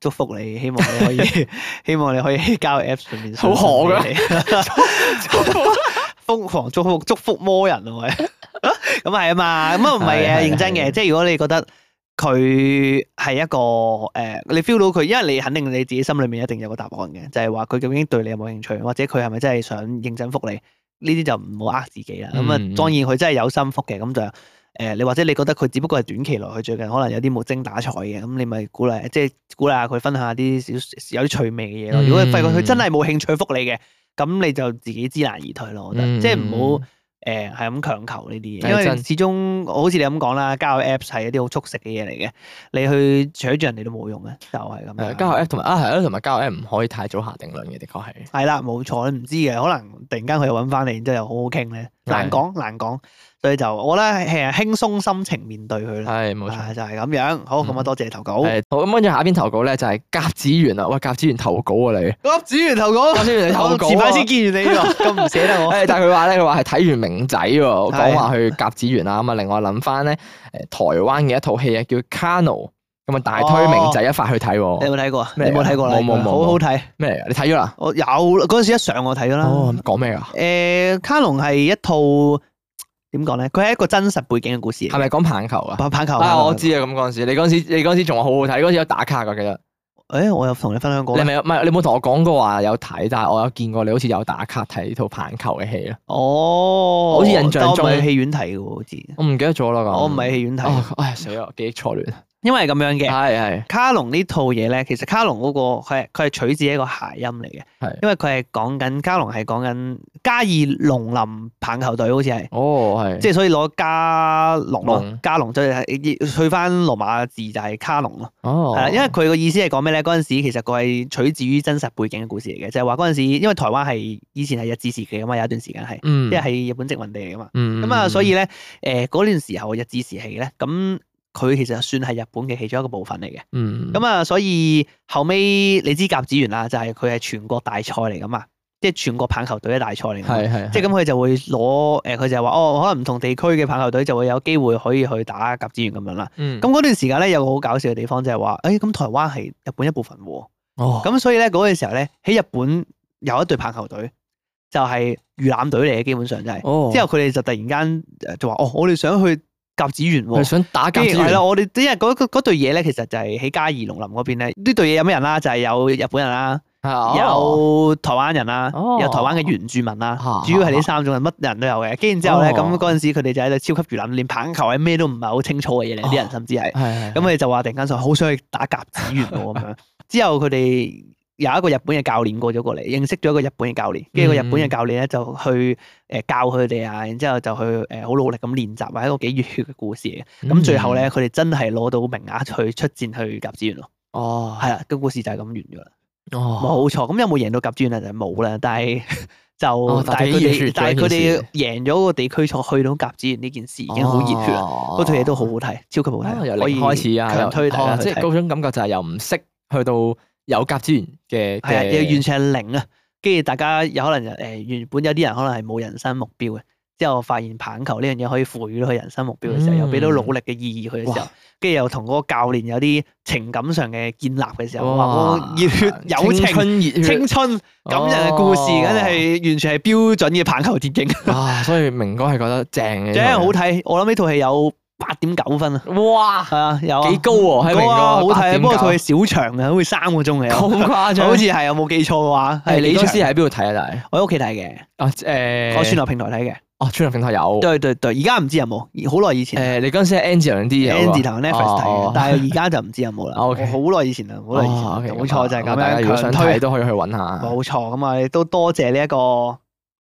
Speaker 3: 祝福你，希望你可 以，希望你可以 喺交友 Apps 上面
Speaker 1: 好
Speaker 3: 可
Speaker 1: 啊可
Speaker 3: 嘅。 瘋狂祝福祝福魔人啊！喂， 咁係啊嘛，咁啊唔係
Speaker 1: 係係
Speaker 3: 嘅，認真嘅，
Speaker 1: 係
Speaker 3: 即係如果你覺得佢係一個誒、呃你 feel 到佢，因為你肯定你自己心裏面一定有個答案嘅，就係話佢究竟對你有冇興趣，或者佢係咪真係想認真覆你？呢啲就唔好呃自己啦。咁啊、
Speaker 1: 嗯
Speaker 3: 當然佢真係有心覆嘅，咁就誒、呃你或者你覺得佢只不過係短期內佢最近可能有啲冇精打采嘅，咁你咪鼓勵，即係鼓勵下佢分享下啲少有啲趣味嘅
Speaker 1: 嗯
Speaker 3: 嘢咯。如果你發覺佢真係冇興趣覆你嘅，咁你就自己知難而退咯。我覺得，
Speaker 1: 嗯
Speaker 3: 即係唔好。誒係咁強求呢啲嘢，
Speaker 1: 係
Speaker 3: 因為
Speaker 1: 真
Speaker 3: 始終好似你咁講啦，交友 Apps 係一啲好速食嘅嘢嚟嘅，你去扯住人哋都冇用嘅，就係咁
Speaker 1: 誒
Speaker 3: 樣。
Speaker 1: 交友 app 同埋啊係咯，同埋交友 app 唔可以太早下定論嘅，的確係。
Speaker 3: 係啦，冇錯，你唔知嘅，可能突然間佢又揾翻你，然之後又好好傾咧，
Speaker 1: 係
Speaker 3: 難講難講，所以就我覺得係輕鬆心情面對佢啦，
Speaker 1: 係冇錯。
Speaker 3: 啊就係咁樣。好，咁啊
Speaker 1: 嗯
Speaker 3: 多謝你投稿，
Speaker 1: 係好咁跟住下邊投稿咧就係甲子園啦，喂甲子園投稿 啊你，
Speaker 3: 我子源哦投稿
Speaker 1: 甲子園你投稿
Speaker 3: 我
Speaker 1: 啊
Speaker 3: 前排先見完你喎，咁唔捨得我。
Speaker 1: 誒，但係佢話咧，佢話係睇完明仔喎，
Speaker 3: 係
Speaker 1: 講話去甲子園啦。咁啊，另外諗翻咧，誒台灣嘅一套戲啊，叫《Kano》，咁啊大推明仔一發去睇
Speaker 3: 你
Speaker 1: 喎。
Speaker 3: 有冇睇過啊？你
Speaker 1: 咩嚟
Speaker 3: 有
Speaker 1: 㗎
Speaker 3: 冇睇過啦？
Speaker 1: 冇冇冇
Speaker 3: 好好睇，
Speaker 1: 咩嚟㗎？你睇咗啦？
Speaker 3: 我有嗰陣時一上我睇咗啦。
Speaker 1: 哦，講咩㗎？
Speaker 3: 誒，卡龍係一套點講咧？佢係一個真實背景嘅故事嚟
Speaker 1: 係咪講棒球啊？
Speaker 3: 嘅，棒棒球
Speaker 1: 啊，我。知啊，咁嗰陣時，你嗰陣時，你嗰陣時仲話好好睇，嗰陣時有打卡㗎，記得。
Speaker 3: 誒，我有同你分享過
Speaker 1: 你
Speaker 3: 咩。
Speaker 1: 咪有唔係你冇同我講過話有睇，但係我有見過你好似有打卡睇呢套棒球嘅戲咯。啊
Speaker 3: 哦，
Speaker 1: 好似印象中
Speaker 3: 但我唔係去戲院睇嘅喎，好似
Speaker 1: 我唔記得咗啦。咁
Speaker 3: 哦我唔係戲院睇，
Speaker 1: 哦，啊唉死啦，記憶錯亂。
Speaker 3: 因為係咁樣嘅。
Speaker 1: 係係
Speaker 3: 卡龍呢套嘢咧，其實卡龍嗰、個佢係佢係取自一個諧音嚟嘅，
Speaker 1: 係。
Speaker 3: 因為佢係講緊卡龍係講緊嘉義農林棒球隊，好似係。
Speaker 1: 哦係。
Speaker 3: 即係所以攞加龍咯
Speaker 1: 龍，
Speaker 3: 加龍就係去翻羅馬字就係卡龍咯，
Speaker 1: 哦
Speaker 3: 係啦、因為佢個意思係講咩咧？嗰陣時其實佢係取自於真實背景嘅故事嚟嘅，就係話嗰陣時因為台灣係以前係日治時期啊嘛，有一段時間係，
Speaker 1: 嗯
Speaker 3: 即係係日本殖民地嚟噶嘛，
Speaker 1: 嗯
Speaker 3: 咁啊、所以咧誒嗰段時候嘅日治時期咧，咁佢其實算係日本嘅其中一個部分嚟嘅。
Speaker 1: 嗯
Speaker 3: 咁啊，所以後尾你知甲子園啦，就係佢係全國大賽嚟噶嘛，即係全國棒球隊嘅大賽嚟㗎嘛。
Speaker 1: 係係
Speaker 3: 即係咁，佢就會攞誒，佢就係話哦，可能唔同地區嘅棒球隊就會有機會可以去打甲子園咁樣啦。
Speaker 1: 咁
Speaker 3: 咁嗰段時間咧，有個好搞笑嘅地方就係話，誒、咁台灣係日本一部分喎，
Speaker 1: 哦
Speaker 3: 咁所以咧嗰陣時候咧，喺日本有一隊棒球隊就係魚腩隊嚟嘅，基本上就係、
Speaker 1: 哦
Speaker 3: 之後佢哋就突然間誒就話，哦，我哋想去甲子園喎
Speaker 1: 佢。想打甲
Speaker 3: 跟
Speaker 1: 子
Speaker 3: 住係
Speaker 1: 園
Speaker 3: 啦，我哋因為嗰嗰嗰隊嘢咧，其實就係喺嘉義農林嗰邊咧。呢隊嘢有咩人啦？就係有日本人啦，
Speaker 1: 啊哦
Speaker 3: 有台灣人啦，
Speaker 1: 哦
Speaker 3: 啊有台灣嘅原住民啦
Speaker 1: 啊，
Speaker 3: 主要係呢三種人，乜人都有嘅。跟住之後咧，
Speaker 1: 哦
Speaker 3: 咁嗰陣時佢哋就喺度超級魚腩，連棒球係咩都唔係好清楚嘅嘢嚟，啲人
Speaker 1: 哦
Speaker 3: 甚至係
Speaker 1: 係係
Speaker 3: 咁佢哋就話突然間就好想去打甲子園喎咁樣。之後佢哋有一個日本嘅教練過咗過嚟，認識咗一個日本嘅教練，跟住個日本嘅
Speaker 1: 嗯
Speaker 3: 教練咧就去誒、呃教佢哋啊，然之後就去誒好努力咁練習啊，係一個幾熱血嘅故事嚟嘅。
Speaker 1: 嗯
Speaker 3: 咁最後咧，佢哋真係攞到名額去出戰去甲子園咯。
Speaker 1: 哦，
Speaker 3: 係啦，個故事就係咁完啊咗啦。
Speaker 1: 哦，
Speaker 3: 冇錯，咁有冇贏到甲專啊？就冇啦，但係 就但
Speaker 1: 哦但
Speaker 3: 係
Speaker 1: 係
Speaker 3: 佢
Speaker 1: 幾熱血
Speaker 3: 哋
Speaker 1: 嘅
Speaker 3: 但係
Speaker 1: 一
Speaker 3: 佢
Speaker 1: 件
Speaker 3: 哋
Speaker 1: 事
Speaker 3: 贏咗個地區賽去到甲子園呢件事已經好熱血啦，
Speaker 1: 哦
Speaker 3: 嗰套嘢都好好睇，超級好
Speaker 1: 啊
Speaker 3: 睇，
Speaker 1: 由
Speaker 3: 可以
Speaker 1: 零開始啊，
Speaker 3: 強
Speaker 1: 由
Speaker 3: 推大家
Speaker 1: 哦
Speaker 3: 去
Speaker 1: 即
Speaker 3: 睇
Speaker 1: 係嗰種感覺就係由唔識去到有甲資源嘅
Speaker 3: 係啊，
Speaker 1: 嘅
Speaker 3: 完全係零啊，跟住大家有可能就誒、原本有啲人可能係冇人生目標嘅。之後發現棒球呢樣嘢可以賦予到佢人生目標嘅時候，又俾到
Speaker 1: 嗯
Speaker 3: 努力嘅意義佢嘅時候
Speaker 1: 哇，
Speaker 3: 跟住又同嗰個教練有啲情感上嘅建立嘅時候，哇！
Speaker 1: 哇
Speaker 3: 我熱血友
Speaker 1: 青
Speaker 3: 情
Speaker 1: 春熱血
Speaker 3: 青春感人嘅故事，
Speaker 1: 哦
Speaker 3: 梗係完全係標準嘅棒球電影，
Speaker 1: 啊，所以明哥係覺得正嘅，
Speaker 3: 真係好睇。我諗呢套戲有八點九分啊，
Speaker 1: 睇，哇，
Speaker 3: 係啊，有啊
Speaker 1: 幾高喎，喺明
Speaker 3: 高
Speaker 1: 哥
Speaker 3: 啊，好睇啊。
Speaker 1: 8.9
Speaker 3: 不過套戲少長嘅，好似三個鐘嚟啊，
Speaker 1: 咁誇張，
Speaker 3: 好似係我冇記錯嘅話，係
Speaker 1: 係
Speaker 3: 李
Speaker 1: 你嗰
Speaker 3: 長
Speaker 1: 時喺邊度睇啊？但係
Speaker 3: 我喺屋企睇嘅，
Speaker 1: 啊誒，
Speaker 3: 哦我串流平台睇嘅。
Speaker 1: 哦，串流平台有
Speaker 3: 對對對，而家唔知有冇，好耐以前
Speaker 1: 誒，你嗰陣時喺 N 字頭嗰啲有啊
Speaker 3: N 字頭 Netflix 睇嘅，
Speaker 1: 係
Speaker 3: 但係而家就唔知有冇啦。
Speaker 1: 哦
Speaker 3: 我
Speaker 1: ，OK 哦
Speaker 3: 好耐以前啦，好耐以前啦，冇錯就係咁
Speaker 1: 大家
Speaker 3: 樣
Speaker 1: 啊如果想
Speaker 3: 強
Speaker 1: 睇
Speaker 3: 推。
Speaker 1: 都可以去揾下
Speaker 3: 冇錯咁啊，都多謝呢一個。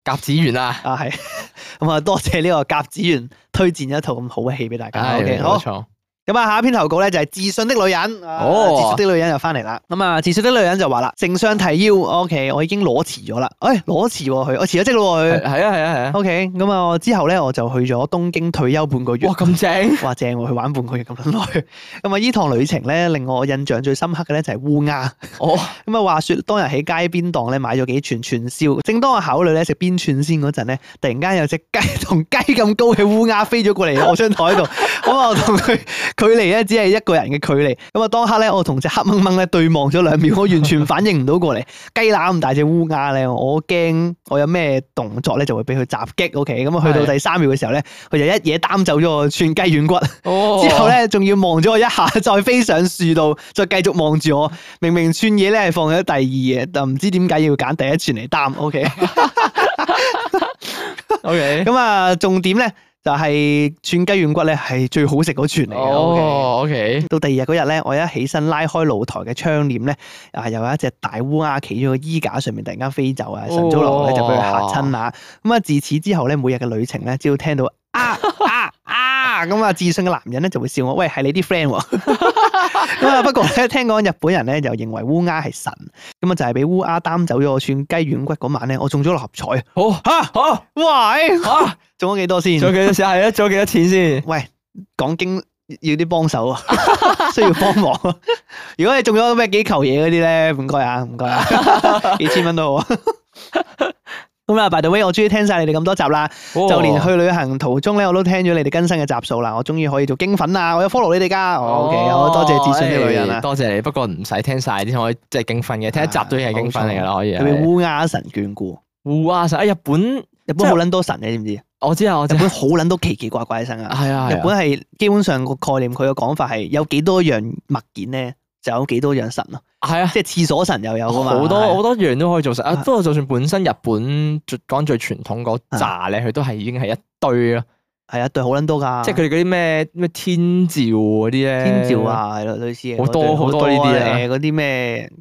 Speaker 1: 甲子園啊，
Speaker 3: 啊，係 咁啊，多謝呢個甲子園推薦一套咁好嘅戲俾大家。
Speaker 1: 係
Speaker 3: OK，好
Speaker 1: 冇錯，
Speaker 3: 咁啊，下一篇投稿咧就係自信的女人。啊
Speaker 1: 哦
Speaker 3: 自信的女人又翻嚟啦。咁啊，自信的女人就話啦，正相提腰。OK，我已經裸辭咗啦。誒，裸辭喎佢，我哦辭咗職咯喎
Speaker 1: 係
Speaker 3: 佢。
Speaker 1: 係啊係啊係啊，
Speaker 3: OK，咁啊，我之後咧我就去咗東京退休半個月
Speaker 1: 哇。咁正，
Speaker 3: 哇正喎，去玩半個月咁撚耐。 咁啊，呢趟旅程咧令我印象最深刻嘅咧就係烏鴉。
Speaker 1: 哦
Speaker 3: 咁啊，話説當日喺街邊檔咧買咗幾串串燒，正當我考慮咧食邊串先嗰陣咧，突然間有隻雞同雞咁高嘅烏鴉飛咗過 嚟我張台度，咁啊我同佢距離咧只係一個人嘅距離，咁啊當刻咧我同隻黑掹掹咧對望咗兩秒，我完全反應唔到過嚟，雞乸咁大隻烏鴉咧，我驚我有咩動作咧就會俾佢襲擊，OK，咁啊去到
Speaker 1: 係
Speaker 3: 第三秒嘅時候咧，佢就一嘢擔走咗我串雞軟骨。
Speaker 1: 哦，
Speaker 3: 之後咧，仲要望咗我一下，再飛上樹度，再繼續望住我。明明串嘢咧係放咗第二嘅，但唔知點解要揀第一串嚟擔。O K，
Speaker 1: 哦，OK。
Speaker 3: 咁啊，重點咧就係、串雞軟骨咧係最好食嗰串嚟嘅。O K。
Speaker 1: 哦，OK，
Speaker 3: 到第二日嗰日咧，我一起身拉開露台嘅窗簾咧，啊又有一隻大烏鴉企咗個衣架上面，突然間飛走啊！晨早流咧就俾佢嚇親啦。咁啊，自此之後咧，每日嘅旅程咧，只要聽到啊啊啊咁啊，自信嘅男人咧就會笑我，喂係你啲 friend 喎。 咁啊，不過咧，聽講日本人咧就認為烏鴉係神，咁啊就係俾烏鴉擔走咗我串雞軟骨嗰晚咧，我中咗六合彩。
Speaker 1: 好吓好
Speaker 3: 哇！欸
Speaker 1: 吓，
Speaker 3: 中咗幾多先？
Speaker 1: 仲有幾多錢？係啊，仲有幾多錢先？
Speaker 3: 喂，講經要啲幫手啊， 需要幫忙啊。如果你中咗咩幾球嘢嗰啲咧，唔該啊，唔該啊， 幾千蚊都好啊。咁啦，by the way，我終於聽晒你哋咁多集啦，
Speaker 1: 哦
Speaker 3: 就連去旅行途中咧，我都聽咗你哋更新嘅集數啦，我終於可以做經粉啊啦，我有 follow 你哋噶。
Speaker 1: 哦
Speaker 3: OK，好多謝自信嘅女人
Speaker 1: 哎
Speaker 3: 啊，
Speaker 1: 多謝你。不過唔使聽晒啲，可以即係經訓嘅，聽一集都已經係經訓嚟㗎啦，可以
Speaker 3: 特
Speaker 1: 係。
Speaker 3: 別烏鴉神眷顧，
Speaker 1: 烏鴉神啊！日本
Speaker 3: 日本好撚多神你知唔知？日
Speaker 1: 我知啊，我知啊。
Speaker 3: 本好撚多奇奇怪怪嘅神啊！
Speaker 1: 係啊，
Speaker 3: 日
Speaker 1: 係啊
Speaker 3: 本係基本上個概念，佢嘅講法係有幾多樣物件咧，就有幾多樣神咯。
Speaker 1: 係啊，
Speaker 3: 即係廁所神又有啊噶嘛，
Speaker 1: 好多好多樣都可以做實啊。
Speaker 3: 啊
Speaker 1: 不過就算本身日本最講最傳統嗰扎咧，佢都係已經係一堆咯。
Speaker 3: 係啊啊，對好撚多噶，
Speaker 1: 即係佢哋嗰啲咩咩天照嗰啲咧，
Speaker 3: 天照，啊，係咯，類似嘅
Speaker 1: 好多
Speaker 3: 對
Speaker 1: 好多呢啲啊
Speaker 3: 誒嗰啲咩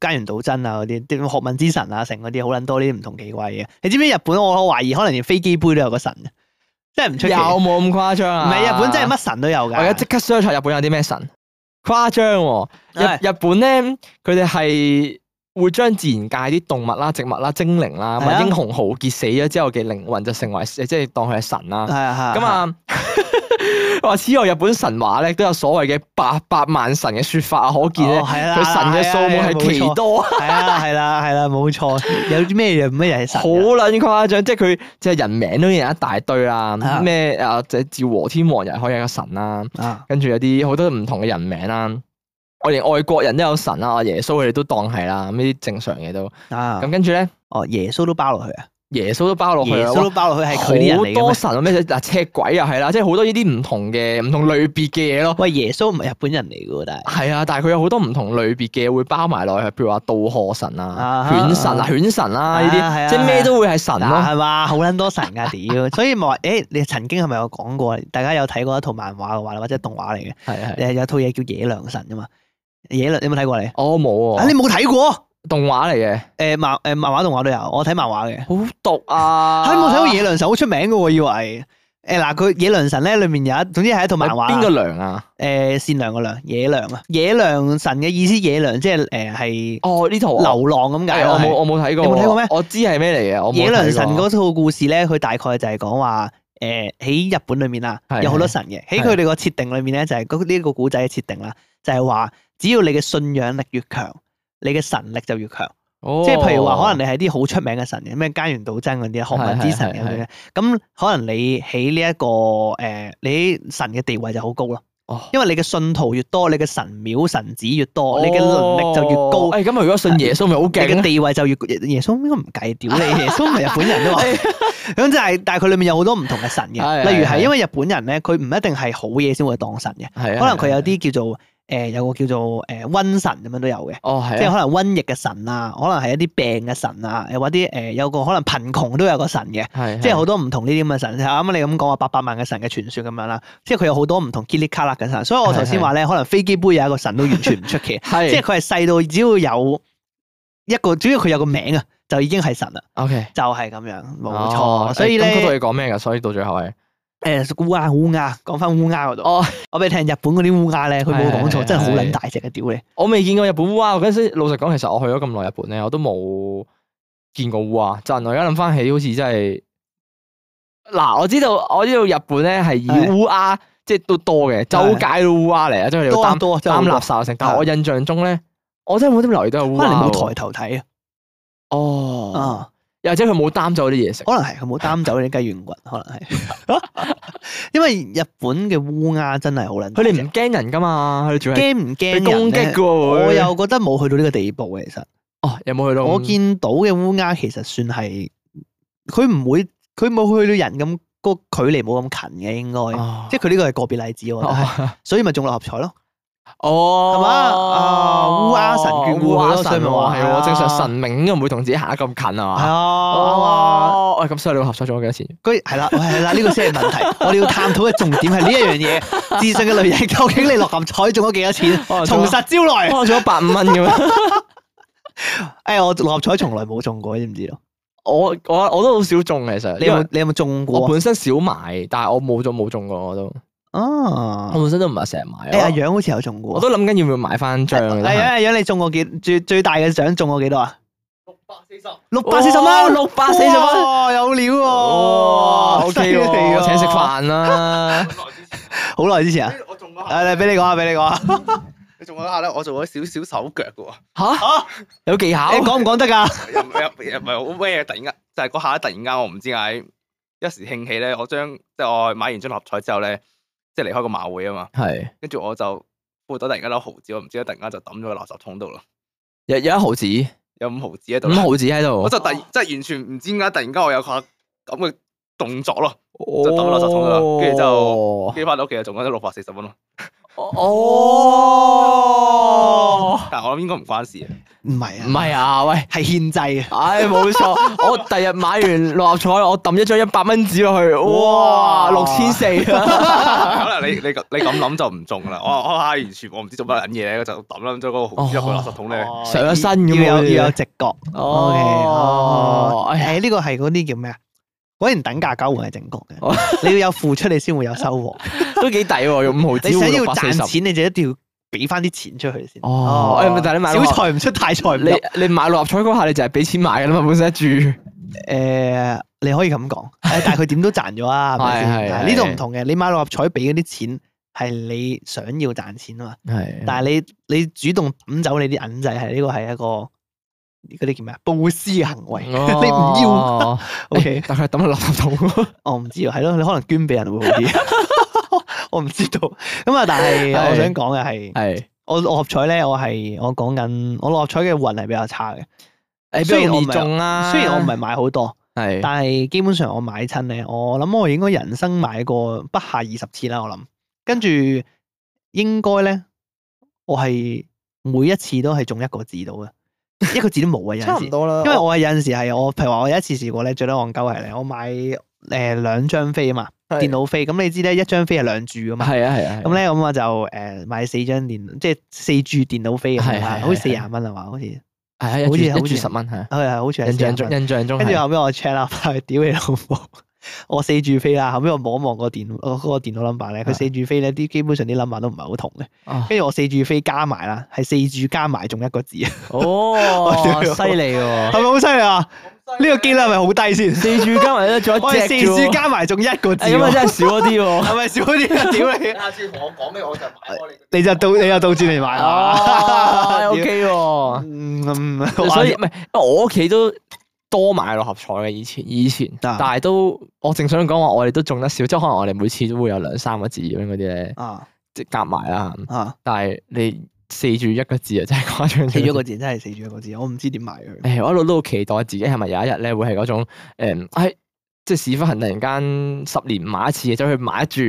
Speaker 3: 加元道真啊嗰啲，啲學問之神啊，成嗰啲好撚多呢啲唔同奇怪嘅。你知唔知日本我懷疑可能連飛機杯都有個神，真係唔出
Speaker 1: 有
Speaker 3: 奇。唔
Speaker 1: 冇咁誇張啊？
Speaker 3: 係日本真係乜神都有㗎。
Speaker 1: 我而家即刻 search 下日本有啲咩神，誇張喎！日
Speaker 3: 係
Speaker 1: 日本咧，佢哋係會將自然界啲動物啦、植物啦、精靈啦，
Speaker 3: 係
Speaker 1: 咪
Speaker 3: 啊
Speaker 1: 英雄豪傑死咗之後嘅靈魂就成為即係當佢係神啦。
Speaker 3: 係啊係
Speaker 1: 咁，啊， 話此外，日本神話咧都有所謂嘅八百萬神嘅說法啊，可見咧
Speaker 3: 哦係啦啊
Speaker 1: 佢神嘅數目係奇多，
Speaker 3: 係啊係啦係啦冇錯，有啲咩嘢咩嘢係神啊
Speaker 1: 好
Speaker 3: 㗎？
Speaker 1: 撚誇張！即係佢即係人名都有一大堆啦
Speaker 3: 啊，
Speaker 1: 咩啊即係昭和天皇又係可以有一個神啦。
Speaker 3: 啊
Speaker 1: 跟住有啲好多唔同嘅人名啦。我連外國人都有神啦，我耶穌佢哋都當係啦，咁呢啲正常嘅都。
Speaker 3: 啊
Speaker 1: 咁跟住咧，
Speaker 3: 哦，耶穌都包落去啊，
Speaker 1: 耶穌都包落去
Speaker 3: 耶
Speaker 1: 啦。
Speaker 3: 穌
Speaker 1: 哇
Speaker 3: 都包落去係佢啲人嚟
Speaker 1: 好
Speaker 3: 嘅咩
Speaker 1: 多神啊，咩嗱赤鬼又係啦，即係好多呢啲唔同嘅唔同類別嘅嘢咯。
Speaker 3: 喂，耶穌唔係日本人嚟嘅喎，但係
Speaker 1: 係啊，但係佢有好多唔同類別嘅嘢會包埋落去，譬如話渡河神啊
Speaker 3: 啊、
Speaker 1: 犬神啊、犬神啦呢
Speaker 3: 啊係啊
Speaker 1: 啲，即係咩都會係神
Speaker 3: 嗱
Speaker 1: 咯。
Speaker 3: 係啊嘛，好撚多神㗎，屌！ 所以咪話，誒，你曾經係咪有講過？大家有睇過一套漫畫嘅話，或者動畫嚟嘅，
Speaker 1: 係係，
Speaker 3: 誒有套嘢叫《野良神》噶嘛？野良你有冇睇過你？
Speaker 1: 哦我冇
Speaker 3: 啊，你
Speaker 1: 喎，
Speaker 3: 冇睇過？
Speaker 1: 動畫嚟嘅，
Speaker 3: 誒漫誒漫畫動畫都有，我睇漫畫嘅。
Speaker 1: 好毒啊！
Speaker 3: 係我睇過野良神好出名嘅喎，以為誒嗱佢野良神咧裏面有一，總之係一套漫畫啦。
Speaker 1: 邊個良啊？
Speaker 3: 誒善良嘅良，野良啊，野良神嘅意思，野良即係誒係
Speaker 1: 哦，呢套我
Speaker 3: 流浪咁解
Speaker 1: 係
Speaker 3: 咯。
Speaker 1: 哎我
Speaker 3: 係
Speaker 1: 冇我冇睇過，
Speaker 3: 你冇睇過咩
Speaker 1: 我知係咩嚟嘅，我冇睇過
Speaker 3: 野良神嗰套故事咧，佢大概就係講話誒喺日本裏面啦，
Speaker 1: 係
Speaker 3: 有好多神嘅。喺佢哋個設定裏面咧，就係嗰呢個古仔嘅設定啦，就係話只要你嘅信仰力越強，你嘅神力就越強。
Speaker 1: 哦
Speaker 3: 即係譬如話，可能你係啲好出名嘅神嘅，咩菅原道真嗰啲啊學問之神咁
Speaker 1: 係係
Speaker 3: 樣，咁可能你喺呢一個誒、呃你神嘅地位就好高咯，
Speaker 1: 哦
Speaker 3: 因為你嘅信徒越多，你嘅神廟神寺越多，你嘅能力就越高
Speaker 1: 誒、。咁啊如果信耶穌咪好
Speaker 3: 你嘅
Speaker 1: 勁
Speaker 3: 地位就越耶穌應該唔計，屌 你耶穌唔係日本人都話，咁就係，但係佢裏面有好多唔同嘅神
Speaker 1: 係
Speaker 3: 嘅，例如
Speaker 1: 係
Speaker 3: 係
Speaker 1: 係
Speaker 3: 因為日本人咧，佢唔一定係好嘢先會當神嘅，
Speaker 1: 係啊
Speaker 3: 可能佢有
Speaker 1: 係啊
Speaker 3: 啲叫做誒有個叫做誒瘟神咁樣都有嘅。
Speaker 1: 哦
Speaker 3: 即係
Speaker 1: 係啊，
Speaker 3: 可能瘟疫嘅神啊，可能係一啲病嘅神啊，又或者誒、呃有個可能貧窮都有個神嘅，
Speaker 1: 係
Speaker 3: 即係
Speaker 1: 係，
Speaker 3: 好多唔同呢啲咁嘅神。就啱啱你咁講話八百萬嘅神嘅傳說咁樣啦，即係佢有好多唔同吉里卡啦嘅神。所以我頭先話咧，可能飛機杯有一個神都完全唔出奇
Speaker 1: 係
Speaker 3: 即係佢係細到只要有一個，只要佢有個名啊，就已經係神啦，
Speaker 1: OK
Speaker 3: 就係、咁樣，冇錯。
Speaker 1: 哦
Speaker 3: 所以
Speaker 1: 誒咁嗰度
Speaker 3: 咧，
Speaker 1: 你講咩㗎？所以到最後係
Speaker 3: 誒烏鴉烏鴉，講翻烏鴉嗰度，
Speaker 1: 哦，
Speaker 3: 我俾你聽，日本嗰啲烏鴉咧，佢冇講
Speaker 1: 係係
Speaker 3: 錯，真係好
Speaker 1: 係
Speaker 3: 撚大隻嘅，屌你！
Speaker 1: 我未見過日本烏鴉。我嗰陣時老實講，其實我去咗咁耐日本咧，我都冇見過烏鴉。真，我而家諗翻起，好似真係嗱，我知道我知道日本咧係以
Speaker 3: 係
Speaker 1: 烏鴉即係都多嘅，周街都烏鴉嚟啊，即係佢哋
Speaker 3: 多啊
Speaker 1: 擔
Speaker 3: 多啊真係好
Speaker 1: 擔
Speaker 3: 多
Speaker 1: 垃圾成。但係我印象中咧，我真係冇點留意到有烏鴉
Speaker 3: 可能你冇
Speaker 1: 喎
Speaker 3: 抬頭睇啊，
Speaker 1: 哦
Speaker 3: 啊。
Speaker 1: 又或者佢冇擔走啲嘢食。
Speaker 3: 可能係佢冇擔走你雞軟骨，可能係， 因為日本嘅烏鴉真係好撚
Speaker 1: 佢
Speaker 3: 大隻，
Speaker 1: 哋唔驚人噶嘛，佢哋仲係
Speaker 3: 驚唔
Speaker 1: 佢
Speaker 3: 驚人
Speaker 1: 攻擊
Speaker 3: 咧
Speaker 1: 嘅喎。
Speaker 3: 我
Speaker 1: 會
Speaker 3: 又覺得冇去到呢個地步嘅，其實
Speaker 1: 哦，有冇去到？
Speaker 3: 我見到嘅烏鴉其實算係佢唔會，佢冇去到人咁個距離冇咁近嘅，應該
Speaker 1: 哦
Speaker 3: 即係佢呢個係個別例子，我覺得係，
Speaker 1: 哦
Speaker 3: 所以咪中六合彩咯。
Speaker 1: 哦，
Speaker 3: 係嘛啊烏鴉神眷顧佢
Speaker 1: 烏
Speaker 3: 咯所以
Speaker 1: 鴉神
Speaker 3: 咪
Speaker 1: 喎，
Speaker 3: 話
Speaker 1: 係喎，正常
Speaker 3: 係啊
Speaker 1: 神明應該唔會同自己行得咁近啊
Speaker 3: 係
Speaker 1: 嘛。
Speaker 3: 啊，
Speaker 1: 哦，喂，咁所以你個合作咗幾多錢？
Speaker 3: 佢係啦，喂係啦，呢個先係 問題。我哋要探討嘅重點係呢一樣嘢，自信嘅女人究竟你落合彩中咗幾多錢？
Speaker 1: 哦中
Speaker 3: 從
Speaker 1: 咗
Speaker 3: 實招來。
Speaker 1: 我中咗百五蚊咁樣，
Speaker 3: 誒，我六合彩從來冇中過，知唔知道？
Speaker 1: 我我我都好少中嘅，其實
Speaker 3: 你
Speaker 1: 因
Speaker 3: 有
Speaker 1: 為
Speaker 3: 冇你有冇中
Speaker 1: 我
Speaker 3: 過
Speaker 1: 本身少買，但係我冇中冇中過我都，
Speaker 3: 啊
Speaker 1: 我？本身都唔係成日買。
Speaker 3: 誒，阿
Speaker 1: 我
Speaker 3: 楊好似有中
Speaker 1: 我
Speaker 3: 過。
Speaker 1: 都諗緊要唔要買翻張嘅。
Speaker 3: 係啊，阿楊你中過幾最最大嘅獎中過幾多啊？六
Speaker 1: 百
Speaker 3: 百
Speaker 1: 四
Speaker 3: 四
Speaker 1: 十
Speaker 3: 十
Speaker 1: 蚊
Speaker 3: 蚊，
Speaker 1: 哦六百四十蚊
Speaker 3: 哇，有料喎！
Speaker 1: 哦，O
Speaker 3: 犀
Speaker 1: K
Speaker 3: 利啊
Speaker 1: 喎，
Speaker 3: 喎
Speaker 1: 請食，飯 啦。
Speaker 3: 好耐之前啊！
Speaker 4: 哎我仲嗰下，
Speaker 3: 誒，你俾你講啊，俾你講啊，
Speaker 4: 你仲嗰下咧，我做咗少少手腳嘅喎。
Speaker 1: 吓
Speaker 3: 啊
Speaker 1: 有技巧
Speaker 3: 你？講唔講得㗎？
Speaker 4: 又唔又又唔係好咩？突然間就係嗰下，突然間我唔知點解一時興起咧，我將即係我買完張六合彩之後咧，即係離開個馬會啊嘛，
Speaker 1: 係
Speaker 4: 跟住我就褲袋突然間攞毫子，我唔知點解突然間就抌咗個垃圾桶度咯，
Speaker 1: 有有一毫子，
Speaker 4: 有五毫子喺度
Speaker 1: 五
Speaker 4: 啦，
Speaker 1: 毫子喺
Speaker 4: 我
Speaker 1: 度，
Speaker 4: 就突然即係完全唔知點解突然間我有個咁嘅動作咯，
Speaker 1: 就
Speaker 4: 抌垃圾桶啦跟住就跟住翻到屋企就仲緊咗六百四十蚊咯，
Speaker 1: 哦，
Speaker 4: 但係我諗應該唔關事嘅，
Speaker 3: 唔係啊，
Speaker 1: 唔係啊，喂，
Speaker 3: 係獻祭嘅。
Speaker 1: 唉，冇錯， 我第日買完六合彩，我抌一張一百蚊紙落去，
Speaker 3: 哇
Speaker 1: 哇，六千 四
Speaker 4: 可能你你你咁諗就唔中啦，我我下完全我唔知做乜撚嘢咧，就抌冧咗嗰個毫子入個垃圾桶咧。
Speaker 3: 哦
Speaker 1: 上咗身咁哦哎
Speaker 3: 要
Speaker 1: 好似
Speaker 3: 有要有直覺。O K，哦，
Speaker 1: 哎呀
Speaker 3: 誒呢個係嗰啲叫咩啊？果然等價交換係正確
Speaker 1: 哦
Speaker 3: 嘅，你要有付出你先會有收 穫。
Speaker 1: 都幾抵喎，用五毫子
Speaker 3: 你想
Speaker 1: 換
Speaker 3: 要
Speaker 1: 六百四
Speaker 3: 賺
Speaker 1: 十。
Speaker 3: 錢，你就一定要俾翻啲錢出去先。
Speaker 1: 哦誒咪但係你買
Speaker 3: 小
Speaker 1: 六合
Speaker 3: 財唔出大財唔入。
Speaker 1: 你你買六合彩嗰下，你就係俾錢買㗎啦嘛，本身一注。
Speaker 3: 誒，呃你可以咁 講，誒但係佢點都賺咗啊，係咪
Speaker 1: 係係
Speaker 3: 先？
Speaker 1: 係
Speaker 3: 但係呢度唔同嘅，你買六合彩俾嗰啲錢係你想要賺錢啊嘛，
Speaker 1: 係
Speaker 3: 但係你你主動抌走你啲銀仔，係呢個係一個嗰啲叫咩啊？布施行為。 你唔要
Speaker 1: 要
Speaker 3: O K。
Speaker 1: 哦哎但係佢抌落垃圾桶。
Speaker 3: 我唔知啊，係咯，你可能捐俾人會好啲。 我唔知道，咁啊，但係
Speaker 1: 係
Speaker 3: 我想講嘅 係，
Speaker 1: 係
Speaker 3: 我六合彩咧，我係我講緊我六合彩嘅運係比較差嘅。雖
Speaker 1: 誒，雖
Speaker 3: 然
Speaker 1: 然
Speaker 3: 我
Speaker 1: 我
Speaker 3: 唔
Speaker 1: 未
Speaker 3: 係
Speaker 1: 中啦，
Speaker 3: 雖然我唔係買好多，
Speaker 1: 係
Speaker 3: 但係基本上我買親咧，我諗我應該人生買過不下二十次啦。我諗，跟住應該咧，我係每一次都係中一個字到嘅， 一個字都冇啊，有陣時。
Speaker 1: 多啦
Speaker 3: 因為我係有陣時係我，譬如話我有一次試過咧，最得戇鳩係咧，我買誒兩張飛啊嘛，
Speaker 1: 係
Speaker 3: 電腦飛，咁你知咧一張飛係兩注噶嘛，
Speaker 1: 係啊係啊，
Speaker 3: 咁咧咁我就誒買四張電，即係四注電腦飛咁樣
Speaker 1: 係係
Speaker 3: 啦，
Speaker 1: 係
Speaker 3: 好似四廿蚊啊嘛，好似
Speaker 1: 係
Speaker 3: 好似
Speaker 1: 一
Speaker 3: 好
Speaker 1: 注
Speaker 3: 似
Speaker 1: 一注十蚊係啊。
Speaker 3: 係係好似係
Speaker 1: 印象
Speaker 3: 四
Speaker 1: 中
Speaker 3: 十蚊。
Speaker 1: 印象中
Speaker 3: 跟住
Speaker 1: 係
Speaker 3: 後尾我 check 啦，係屌你老母！我四注飛啦，後尾我望一望個電 我嗰個電腦 number 咧，佢
Speaker 1: 係
Speaker 3: 四注飛咧啲基本上啲 number 都唔係好同嘅。
Speaker 1: 啊
Speaker 3: 跟住我四注飛加埋啦，係四注加埋中一個字，係
Speaker 1: 哦
Speaker 3: 我，屌
Speaker 1: 犀利喎！
Speaker 3: 咪好犀利啊？呢個機率係咪好低先？
Speaker 1: 四注加埋咧，仲有
Speaker 3: 我
Speaker 1: 一
Speaker 3: 係
Speaker 1: 隻
Speaker 3: 四
Speaker 1: 啫
Speaker 3: 注
Speaker 1: 喎，
Speaker 3: 加埋中一個字
Speaker 1: 哎咁啊
Speaker 3: 喎，
Speaker 1: 真係少咗啲 喎。
Speaker 3: 係咪少啲啊？屌你！
Speaker 4: 下次同我講咩我就買開你。
Speaker 3: 你就倒你就倒轉嚟買啊
Speaker 1: 哦，OK 喎。
Speaker 3: 嗯嗯，
Speaker 1: 所以唔係，我屋企都多買六合彩嘅以前，以前，
Speaker 3: 啊
Speaker 1: 但係都我正想講話，我哋都中得少，即係可能我哋每次都會有兩三個字咁樣嗰啲咧，
Speaker 3: 啊
Speaker 1: 即係夾埋啦。
Speaker 3: 啊，
Speaker 1: 但係你四注一個字啊，真係誇張
Speaker 3: 死
Speaker 1: 咗
Speaker 3: 咗個字真係死咗個字，我唔知點買佢。
Speaker 1: 誒，我一路都好期待自己係咪有一日咧會係嗰種誒，哎即係屎忽痕突然間十年唔買一次，走去買一注，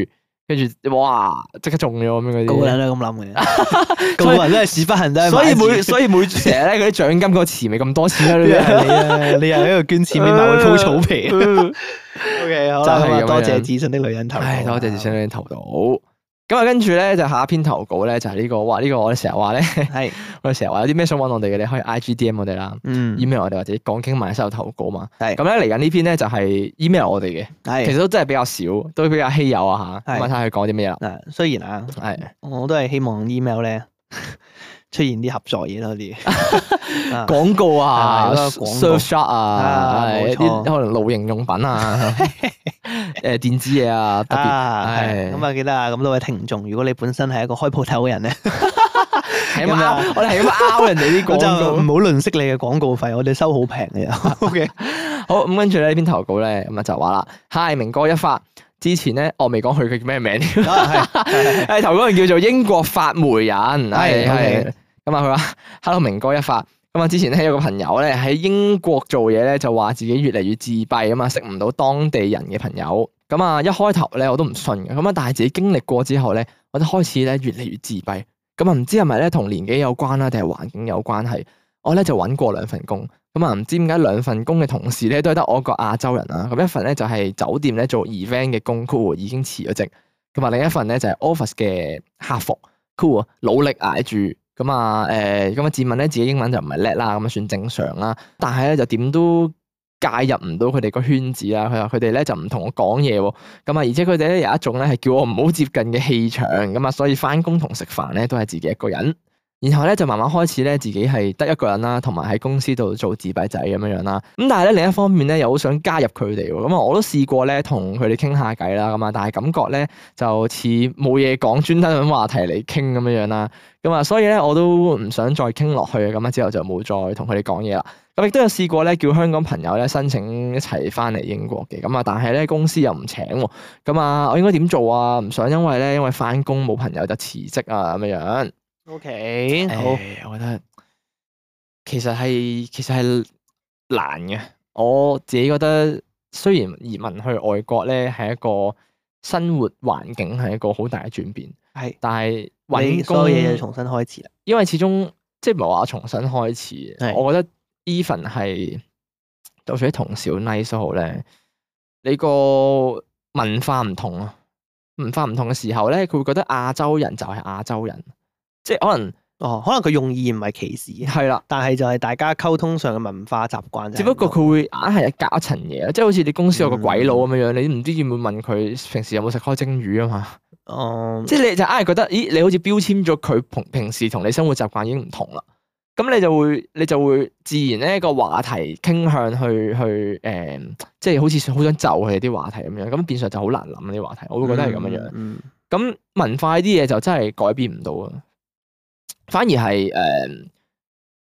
Speaker 1: 跟住哇即刻中咗咁樣嗰
Speaker 3: 個個人
Speaker 1: 啲。
Speaker 3: 都係咁諗嘅，個個人都係屎忽痕都係
Speaker 1: 所以
Speaker 3: 買
Speaker 1: 每
Speaker 3: 字
Speaker 1: 所以每成日咧嗰啲獎金個詞咪咁多錢 咯，你係
Speaker 3: 你啊，你又喺度捐錢 俾某位鋪草皮。O K，好啦，
Speaker 1: 啊就係
Speaker 3: 咁啊
Speaker 1: 咁樣
Speaker 3: 多謝自信的女人啊頭。
Speaker 1: 唉，多謝自信。嘅投稿。咁啊，跟住咧就下一篇投稿咧就係呢、個，哇！呢、 個我哋成日話咧，
Speaker 3: 係，
Speaker 1: 我哋成日話有啲咩想揾我哋嘅，你可以 I G D M 我哋啦
Speaker 3: 嗯，
Speaker 1: ，email 我哋或者講經萬收投稿嘛。
Speaker 3: 係
Speaker 1: 咁咧嚟緊呢篇咧就係 email 我哋嘅，其
Speaker 3: 係。
Speaker 1: 實都真係比較少，都比較稀有啊吓。
Speaker 3: 係
Speaker 1: 咁啊，睇下佢講啲咩啦。
Speaker 3: 嗱，雖然啊，
Speaker 1: 係
Speaker 3: 我都係希望 email 咧 出現啲合作嘢多 啲。啊
Speaker 1: 廣告啊
Speaker 3: 係啦廣告
Speaker 1: ，surf shot 啊，
Speaker 3: 啊
Speaker 1: 係
Speaker 3: 冇
Speaker 1: 一啲
Speaker 3: 錯
Speaker 1: 可能露營用品 啊，誒電子嘢啊，特別
Speaker 3: 啊，
Speaker 1: 唉
Speaker 3: 係咁啊，記得啊，咁多位聽眾，如果你本身係一個開鋪頭嘅 人咧，
Speaker 1: 係咁
Speaker 3: 咁
Speaker 1: 拗
Speaker 3: 啊，
Speaker 1: 我哋係 咁拗人哋啲
Speaker 3: 我
Speaker 1: 廣
Speaker 3: 就
Speaker 1: 告
Speaker 3: 唔。好吝惜你嘅廣告費，我哋收好平 嘅。O 啊 K，
Speaker 1: 好咁，跟住咧呢篇投稿咧，咁啊就話啦，Hi 明哥一發之前咧，我未講佢嘅叫咩名添，誒投稿人叫做英國發媒人，哎係
Speaker 3: OK
Speaker 1: 咁啊佢話 Hello 明哥一發。咁啊！之前咧有個朋友咧喺英國做嘢咧，就話自己越嚟越自閉啊嘛，識唔到當地人嘅朋友。咁啊，一開頭咧我都唔信嘅，咁啊，但係自己經歷過之後咧，我都開始咧越嚟越自閉。咁啊，唔知係咪咧同年紀有關啦，定係環境有關係？我咧就揾過兩份工，咁啊唔知點解兩份工嘅同事咧都係得我一個亞洲人啦。咁一份咧就係酒店咧做 event 嘅工，cool 已經辭咗職，咁啊另一份咧就係 office 嘅客服，cool 啊努力捱住。咁啊誒，咁啊自問咧自己英文就唔係叻啦，咁啊算正常啦。但係咧就點都介入唔到佢哋個圈子啦。佢話佢哋咧就唔同我講嘢喎。咁啊，而且佢哋咧有一種咧係叫我唔好接近嘅氣場咁啊，所以翻工同食飯咧都係自己一個人。然後咧就慢慢開始咧自己係得一個人啦，同埋喺公司度做自閉仔咁樣樣啦。咁但係咧另一方面咧又好想加入佢哋喎。咁啊我都試過咧同佢哋傾下偈啦，咁啊但係感覺咧就似冇嘢講，專登揾話題嚟傾咁樣樣啦。咁啊所以咧我都唔想再傾落去，咁啊之後就冇再同佢哋講嘢啦。咁亦都有試過咧叫香港朋友咧申請一齊翻嚟英國嘅，咁啊但係咧公司又唔請喎。咁啊我應該點做啊？唔想因為咧因為翻工冇朋友就辭職啊咁樣樣。
Speaker 3: O K，好。
Speaker 1: 誒我覺得其實係其實係難嘅。我自己覺得，雖然移民去外國咧係一個生活環境係一個好大嘅轉變，
Speaker 3: 係
Speaker 1: 但係
Speaker 3: 你
Speaker 1: 揾工
Speaker 3: 所有嘢就重新開始啦。
Speaker 1: 因為始終即係唔係話重新開始嘅，
Speaker 3: 係
Speaker 1: 我覺得 even 係就算啲同小 nice 都好咧，你個文化唔同啊，文化唔同嘅時候咧，佢會覺得亞洲人就係亞洲人，即係可能
Speaker 3: 哦，可能佢用意唔係歧視啊嘅，
Speaker 1: 係啦。
Speaker 3: 但係就係大家溝通上嘅文化習慣就係唔同。
Speaker 1: 只不過佢會硬係隔一層嘢，啊即係好似你公司有個鬼佬咁樣樣，你唔知要唔要問佢平時有冇食開蒸魚啊嘛？
Speaker 3: 哦，
Speaker 1: 即係你就硬係覺得，咦，你好似標籤咗佢同平時同你生活習慣已經唔同啦。咁你就會你就會自然咧個話題傾向去去誒、即係好似好想就佢哋啲話題咁樣，咁變相就好難諗呢啲話題。我會覺得係咁樣樣。
Speaker 3: 嗯。
Speaker 1: 咁文化呢啲嘢就真係改變唔到啊，反而係誒、呃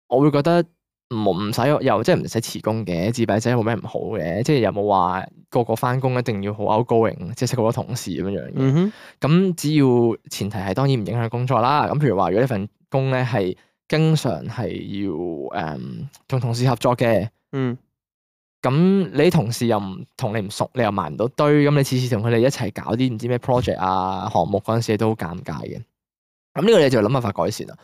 Speaker 1: 我會覺得唔唔使又即係唔使辭工嘅，自閉仔冇咩唔好嘅，即係又冇話個個翻工一定要好 outgoing，即係識好多同事咁樣樣嘅。
Speaker 3: 嗯哼，
Speaker 1: 咁只要前提係當然唔影響工作啦。咁譬如話，如果呢份工咧係經常係要誒同、同事合作嘅，
Speaker 3: 嗯，
Speaker 1: 咁你啲同事又唔同你唔熟，你又埋唔到堆，咁你次次同佢哋一齊搞啲唔知咩 project 啊項目嗰陣時，都好尷尬嘅。咁呢個你就要諗辦法改善啦。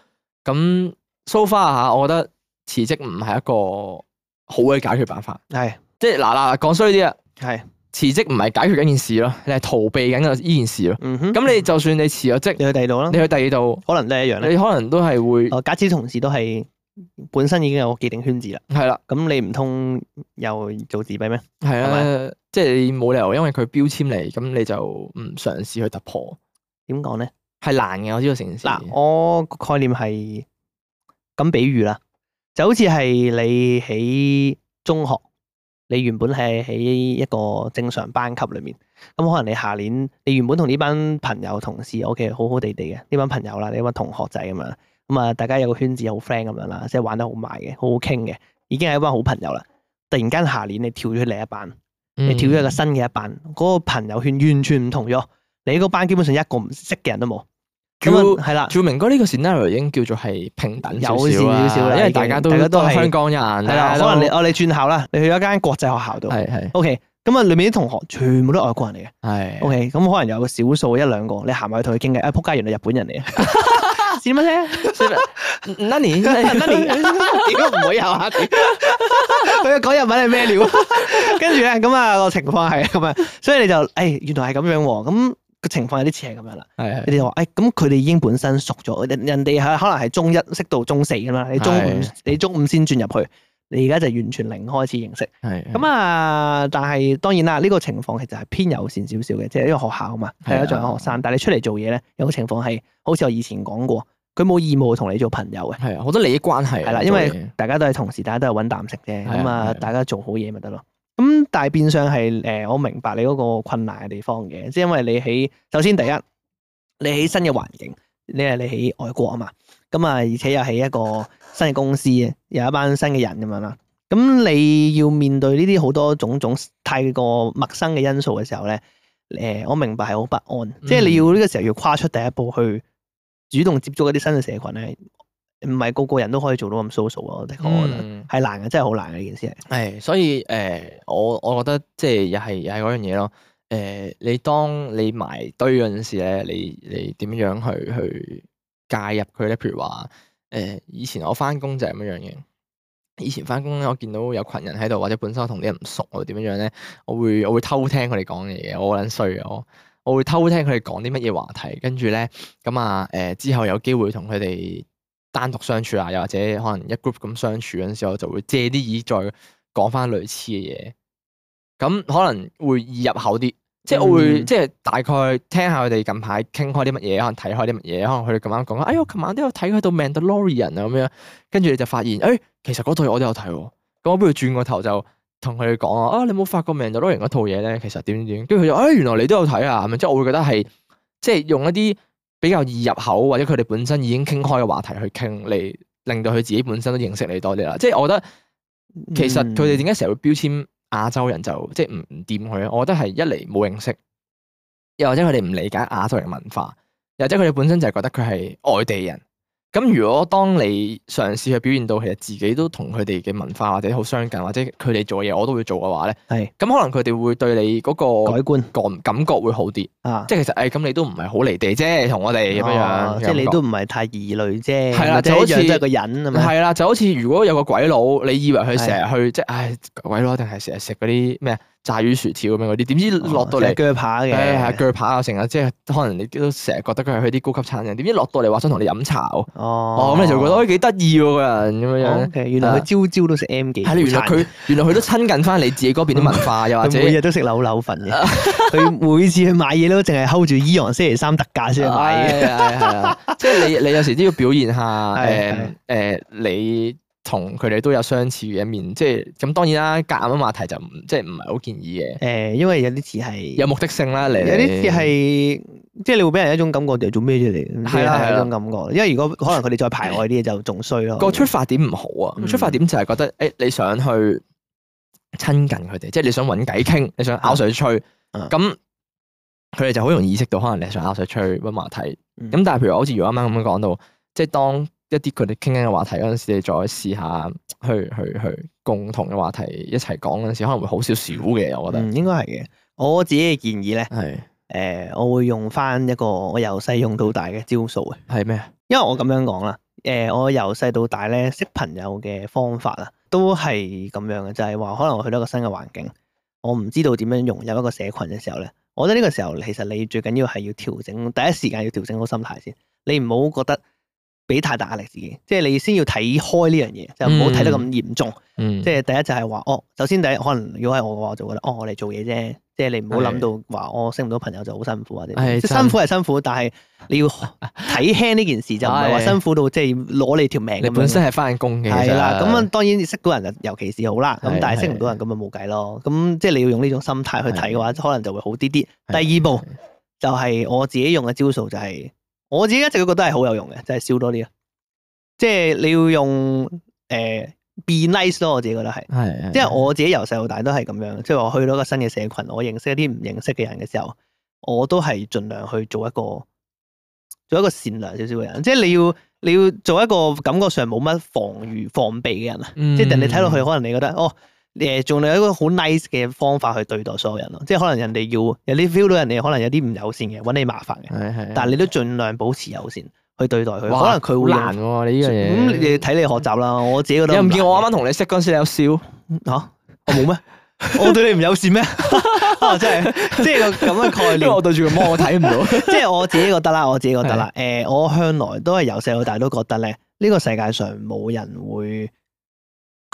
Speaker 1: 咁 so far 嚇，我覺得辭職唔係一個好嘅解決辦法。
Speaker 3: 係
Speaker 1: 即係嗱嗱嗱講衰啲啊，
Speaker 3: 係，
Speaker 1: 辭職唔係解決緊件事咯，你係逃避緊個呢件事咯。
Speaker 3: 嗯哼。
Speaker 1: 咁你就算你辭咗職，
Speaker 3: 你去第二度啦
Speaker 1: 你，去第二度。
Speaker 3: 可能都係一樣咧。
Speaker 1: 你可能都係會
Speaker 3: 哦，假設同事都係本身已經有個既定圈子啦，
Speaker 1: 係啦，
Speaker 3: 咁你唔通又做自閉咩？係
Speaker 1: 係啊，即係你冇理由因為佢標籤你，咁你就唔嘗試去突破，
Speaker 3: 點講咧？
Speaker 1: 係難嘅。我知道成件事。
Speaker 3: 嗱，我個概念係咁比喻啦，就好似係你喺中學，你原本係喺一個正常班級裏面，咁可能你下年你原本同呢班朋友同事，OK，好好地地嘅呢班朋友啦，呢班同學仔咁樣，咁啊大家有個圈子好 friend 咁樣啦，即係玩得好埋嘅，好好傾嘅，已經係一班好朋友啦。突然間下年你跳咗去另一班，你
Speaker 1: 你
Speaker 3: 跳咗一個新嘅一班，嗰、個朋友圈完全唔同咗，你嗰班基本上一個唔識嘅人都冇。咁
Speaker 1: 叫
Speaker 3: 啊，係啦，
Speaker 1: 照明哥呢個 scenario 已經叫做係平等少
Speaker 3: 友善
Speaker 1: 少啦
Speaker 3: 少少啦
Speaker 1: 因為
Speaker 3: 已經
Speaker 1: 大家都
Speaker 3: 大家都係
Speaker 1: 香港人啊啦，
Speaker 3: 係啦，可能你哦，你轉校啦，你去咗一間國際學校度。
Speaker 1: 係係
Speaker 3: O K，咁啊，裏面啲同學全部都係外國人嚟嘅。
Speaker 1: 係
Speaker 3: O K，咁可能有少數一兩個，你行埋去同佢傾偈，啊，仆街，原來日本人嚟 嘅。是乜啫？
Speaker 1: Nanny
Speaker 3: 屌唔會有啊！屌佢講日文係咩料？ 跟住咧，咁啊個情況係咁樣，所以你就誒、哎原來係咁樣喎。咁個情況有啲似係咁樣啦。
Speaker 1: 係
Speaker 3: 你哋話誒，哎咁佢哋已經本身熟咗，人人哋係可能係中一識到中四咁啦，你中五
Speaker 1: 係
Speaker 3: 你中五先轉入去，你而家就完全零開始認識。
Speaker 1: 係
Speaker 3: 咁啊，但係當然啦，呢、個情況其實係偏友善少少嘅，即係因為學校啊嘛，
Speaker 1: 係啊
Speaker 3: 係一仲有學生，但係你出嚟做嘢咧，有個情況係好似我以前講過，佢冇義務同你做朋友嘅，
Speaker 1: 係啊，好多利益關係啊
Speaker 3: 係啦，因
Speaker 1: 做
Speaker 3: 為
Speaker 1: 嘢
Speaker 3: 大家都係同事，大家都係揾啖食啫，
Speaker 1: 係啊
Speaker 3: 咁
Speaker 1: 係
Speaker 3: 啊，
Speaker 1: 啊
Speaker 3: 大家做好嘢咪得咯。咁但係變相係誒、呃我明白你嗰個困難嘅地方嘅，即係因為你喺首先第一，你喺新嘅環境，你係你喺外國啊嘛，咁啊，而且又喺一 個新嘅公司，有一班新嘅人咁樣啦。咁你要面對呢啲好多種種太過陌生嘅因素嘅時候咧，誒、我明白係好不安，即係你
Speaker 1: 嗯
Speaker 3: 要呢個時候要跨出第一步去主動接觸一啲新嘅社群咧，唔係個個人都可以做到咁 social 啊，我的確我覺得
Speaker 1: 嗯
Speaker 3: 係難嘅，真係好難嘅呢件事係。
Speaker 1: 係，所以誒，我我覺得即係又係又係嗰樣嘢咯。誒，你當你埋堆嗰陣時咧，你你點樣去去介入佢咧？譬如話誒，以前我翻工就係咁樣嘅。以前翻工咧，我見到有群人喺度，或者本身我同啲人唔熟，我點樣樣咧？我會我會偷聽佢哋講嘢嘅，我好撚衰嘅我。我會偷聽佢哋講啲乜嘢話題，跟住咧咁啊誒之後有機會同佢哋單獨相處啊，又或者可能一 group 咁相處嗰陣時，我就會借啲意再講翻類似嘅嘢，咁可能會易入口啲。即係我會，
Speaker 3: 嗯
Speaker 1: 即係大概聽下佢哋近排傾開啲乜嘢，可能睇開啲乜嘢，可能佢哋咁啱講，哎呀，我琴晚都有睇佢到《Mandalorian》啊咁樣，跟住你就發現，誒，其實嗰套嘢我都有睇喎。咁我不如轉個頭就同佢哋講啊，啊你有冇發覺《命就攞人》嗰套嘢咧？其實點點點，跟住佢就啊原來你都有睇啊，咁樣即係我會覺得係即係用一啲比較易入口或者佢哋本身已經傾開嘅話題去傾，嚟令到佢自己本身都認識你多啲啦。即係我覺得其
Speaker 3: 嗯
Speaker 1: 實佢哋點解成日會標籤亞洲人就即係唔唔掂佢啊？我覺得係一嚟冇認識，又或者佢哋唔理解亞洲人嘅文化，又或者佢哋本身就係覺得佢係外地人。咁如果當你嘗試去表現到其實自己都同佢哋嘅文化或者好相近，或者佢哋做嘅嘢我都會做嘅話咧，
Speaker 3: 係
Speaker 1: 咁可能佢哋會對你嗰
Speaker 3: 改
Speaker 1: 個
Speaker 3: 觀
Speaker 1: 感感覺會好啲。
Speaker 3: 啊？
Speaker 1: 即係其實誒，咁、你都唔係好離地啫，同我哋咁樣
Speaker 3: 哦即
Speaker 1: 樣。
Speaker 3: 係你都唔係太異類啫，
Speaker 1: 係啦
Speaker 3: 即
Speaker 1: 就好
Speaker 3: 係一
Speaker 1: 似
Speaker 3: 樣都係個人咁樣。
Speaker 1: 係啦，就好似如果有個鬼佬，你以為佢成日去即係唉鬼佬一定係成日食嗰啲咩炸魚薯條咁樣嗰啲，點知
Speaker 3: 哦
Speaker 1: 落到嚟
Speaker 3: 即係鋸扒嘅，
Speaker 1: 唉係鋸扒啊成日，即係可能你都成日覺得佢係去啲高級餐廳，點知落到嚟話想同你飲茶喎，
Speaker 3: 哦
Speaker 1: 哦咁你就會覺得哎幾得意喎個人咁樣樣。
Speaker 3: O K，原來佢朝朝都食 M 記，
Speaker 1: 係啦，原來佢原來佢都親近翻你自己嗰邊啲文 化，又或
Speaker 3: 佢
Speaker 1: 者
Speaker 3: 每日都食扭扭粉嘅， 佢每次去買嘢都淨係 hold 住伊洋星期三特價先去買嘅。
Speaker 1: 係啊係啊係啊，即係 你你有時都要表現下
Speaker 3: 係
Speaker 1: 誒誒，你同佢哋都有相似嘅一面，即係咁當然啦，夾硬話題就唔即係唔係好建議嘅，
Speaker 3: 誒，因為有啲似係
Speaker 1: 有目的性啦，你
Speaker 3: 有啲似係即係你會俾人一種感覺，就做咩啫你？
Speaker 1: 係啦
Speaker 3: 即係
Speaker 1: 係
Speaker 3: 有
Speaker 1: 啦
Speaker 3: 一種感覺，因為如果可能佢哋再排外啲嘢就仲衰咯。
Speaker 1: 個出發點唔好啊，
Speaker 3: 嗯
Speaker 1: 出發點就係覺得誒你想去親近佢哋，即係你想揾偈傾，你
Speaker 3: 啊
Speaker 1: 想拗水吹，
Speaker 3: 嗯
Speaker 1: 咁佢哋就好容易意識到可能你係想拗水吹揾話題。
Speaker 3: 嗯
Speaker 1: 咁但係譬如好似如果啱啱咁樣講到，即係當一啲佢哋傾緊嘅話題嗰陣時，你再試下去去去共同嘅話題一齊講嗰陣時，可能會好少少嘅，我覺得
Speaker 3: 嗯應該係嘅。我自己嘅建議咧，
Speaker 1: 係
Speaker 3: 誒，我會用翻一個我由細用到大嘅招數嘅。
Speaker 1: 係咩啊？
Speaker 3: 因為我咁樣講啦，誒、我由細到大咧識朋友嘅方法啊，都係咁樣嘅，就係、話可能我去到一個新嘅環境，我唔知道點樣融入一個社群嘅時候咧，我覺得呢個時候其實你最緊要係要調整，第一時間要調整好心態先，你唔好覺得俾太大壓力自己，即係你先要睇開呢樣嘢，就唔好睇得咁嚴重。
Speaker 1: 嗯，
Speaker 3: 即係第一就係話，哦，首先第一可能如果係我嘅話，我就覺得哦，我嚟做嘢啫，即係你唔好諗到話我識唔到朋友就好辛苦啊，即
Speaker 1: 係
Speaker 3: 係即係
Speaker 1: 真
Speaker 3: 辛苦係辛苦，但係你 要睇輕呢件事就唔係話
Speaker 1: 係
Speaker 3: 辛苦到即係攞你條命
Speaker 1: 你
Speaker 3: 咁
Speaker 1: 本身
Speaker 3: 樣。
Speaker 1: 係翻緊工嘅，
Speaker 3: 係
Speaker 1: 係
Speaker 3: 啦，咁啊當然識到人就尤其是好啦，咁
Speaker 1: 係
Speaker 3: 但係識
Speaker 1: 係
Speaker 3: 唔到人咁咪啊冇計咯。咁即係你要用呢種心態去睇嘅話，可能就會好啲啲。第二步就係我自己用嘅招數，就係我自己一直都覺得係好有用嘅，就係笑多啲啊。即係你要用誒 be nice 咯，我自己覺得係。
Speaker 1: 係，啊
Speaker 3: 即係我自己由細到大都係咁樣，即係我去到一個新嘅社群，我認識一啲唔認識嘅人嘅時候，我都係盡量去做一個做一個善良少少嘅人。即係你要你要做一個感覺上冇乜防禦防備嘅人啊！
Speaker 1: 即
Speaker 3: 即係人哋睇
Speaker 1: 嗯
Speaker 3: 落去，可能你覺得哦。誒，仲有一個好 nice 嘅方法去對待所有人咯，即係可能人哋要有啲 feel 到人哋可能有啲唔友善嘅，揾你麻煩嘅，
Speaker 1: 係，係係，
Speaker 3: 但係你都盡量保持友善去對待佢，可
Speaker 1: 哇
Speaker 3: 能佢會
Speaker 1: 好難
Speaker 3: 用
Speaker 1: 喎，你呢樣嘢。
Speaker 3: 咁你睇你學習啦，我自己覺得
Speaker 1: 你又唔見
Speaker 3: 難
Speaker 1: 我
Speaker 3: 嘅
Speaker 1: 啱啱同你識嗰陣時，你有笑？
Speaker 3: 吓、我冇 咩？我對你唔友善咩？啊，真係，即係個咁嘅概
Speaker 1: 因為
Speaker 3: 念
Speaker 1: 我，對住個芒，我睇唔 到。
Speaker 3: 即係我自己覺得啦，我自己覺得啦，誒、我向來都係由細到大都覺得咧，呢、個世界上冇人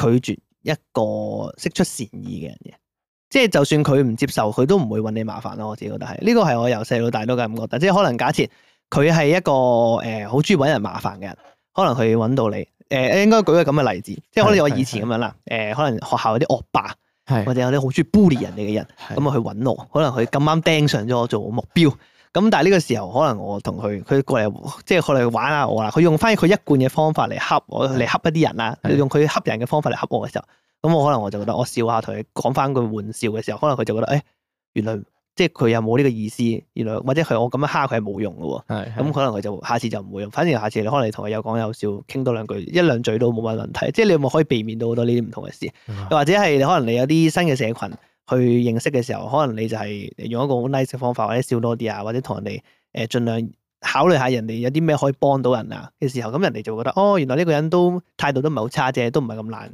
Speaker 3: 會拒絕一個釋出善意嘅人嘅，即係就算佢唔接受，佢都唔會揾你麻煩咯。我自己覺得係，呢、個係我由細到大都咁覺得，即係可能假設佢係一個誒好中意揾人麻煩嘅人，可能佢揾到你。誒、應該舉個咁嘅例子，即係可能我以前咁樣啦，誒、可能學校有啲惡霸
Speaker 1: 係
Speaker 3: 或者有啲好中意 bully 人哋嘅人，咁
Speaker 1: 啊，
Speaker 3: 啊去揾我，可能佢咁啱盯上咗我做目標，咁但係呢個時候可能我同佢，佢過嚟即係過嚟玩下我啦，佢用翻佢一貫嘅方法嚟恰我，嚟恰一啲人啦，
Speaker 1: 係
Speaker 3: 用佢恰人嘅方法嚟恰我嘅時候，咁我可能我就覺得我笑下同佢講翻句玩笑嘅時候，可能佢就覺得誒、哎原來即係佢又冇呢個意思，原來或者係我咁樣蝦佢係冇用嘅喎。
Speaker 1: 係
Speaker 3: 咁
Speaker 1: 啊咁
Speaker 3: 可能佢就下次就唔會用，反正下次你可能你同佢有講有笑，傾多兩句，一兩嘴都冇乜問題。即係你有冇可以避免到好多呢啲唔同嘅事？又或者係你可能你有啲新嘅社群去認識嘅時候，可能你就係用一個好 nice 嘅方法，或者笑多啲啊，或者同人哋誒盡量考慮下人哋有啲咩可以幫到人啊嘅時候，咁人哋就會覺得哦，原來呢個人都態度都唔係好差啫，都唔係咁難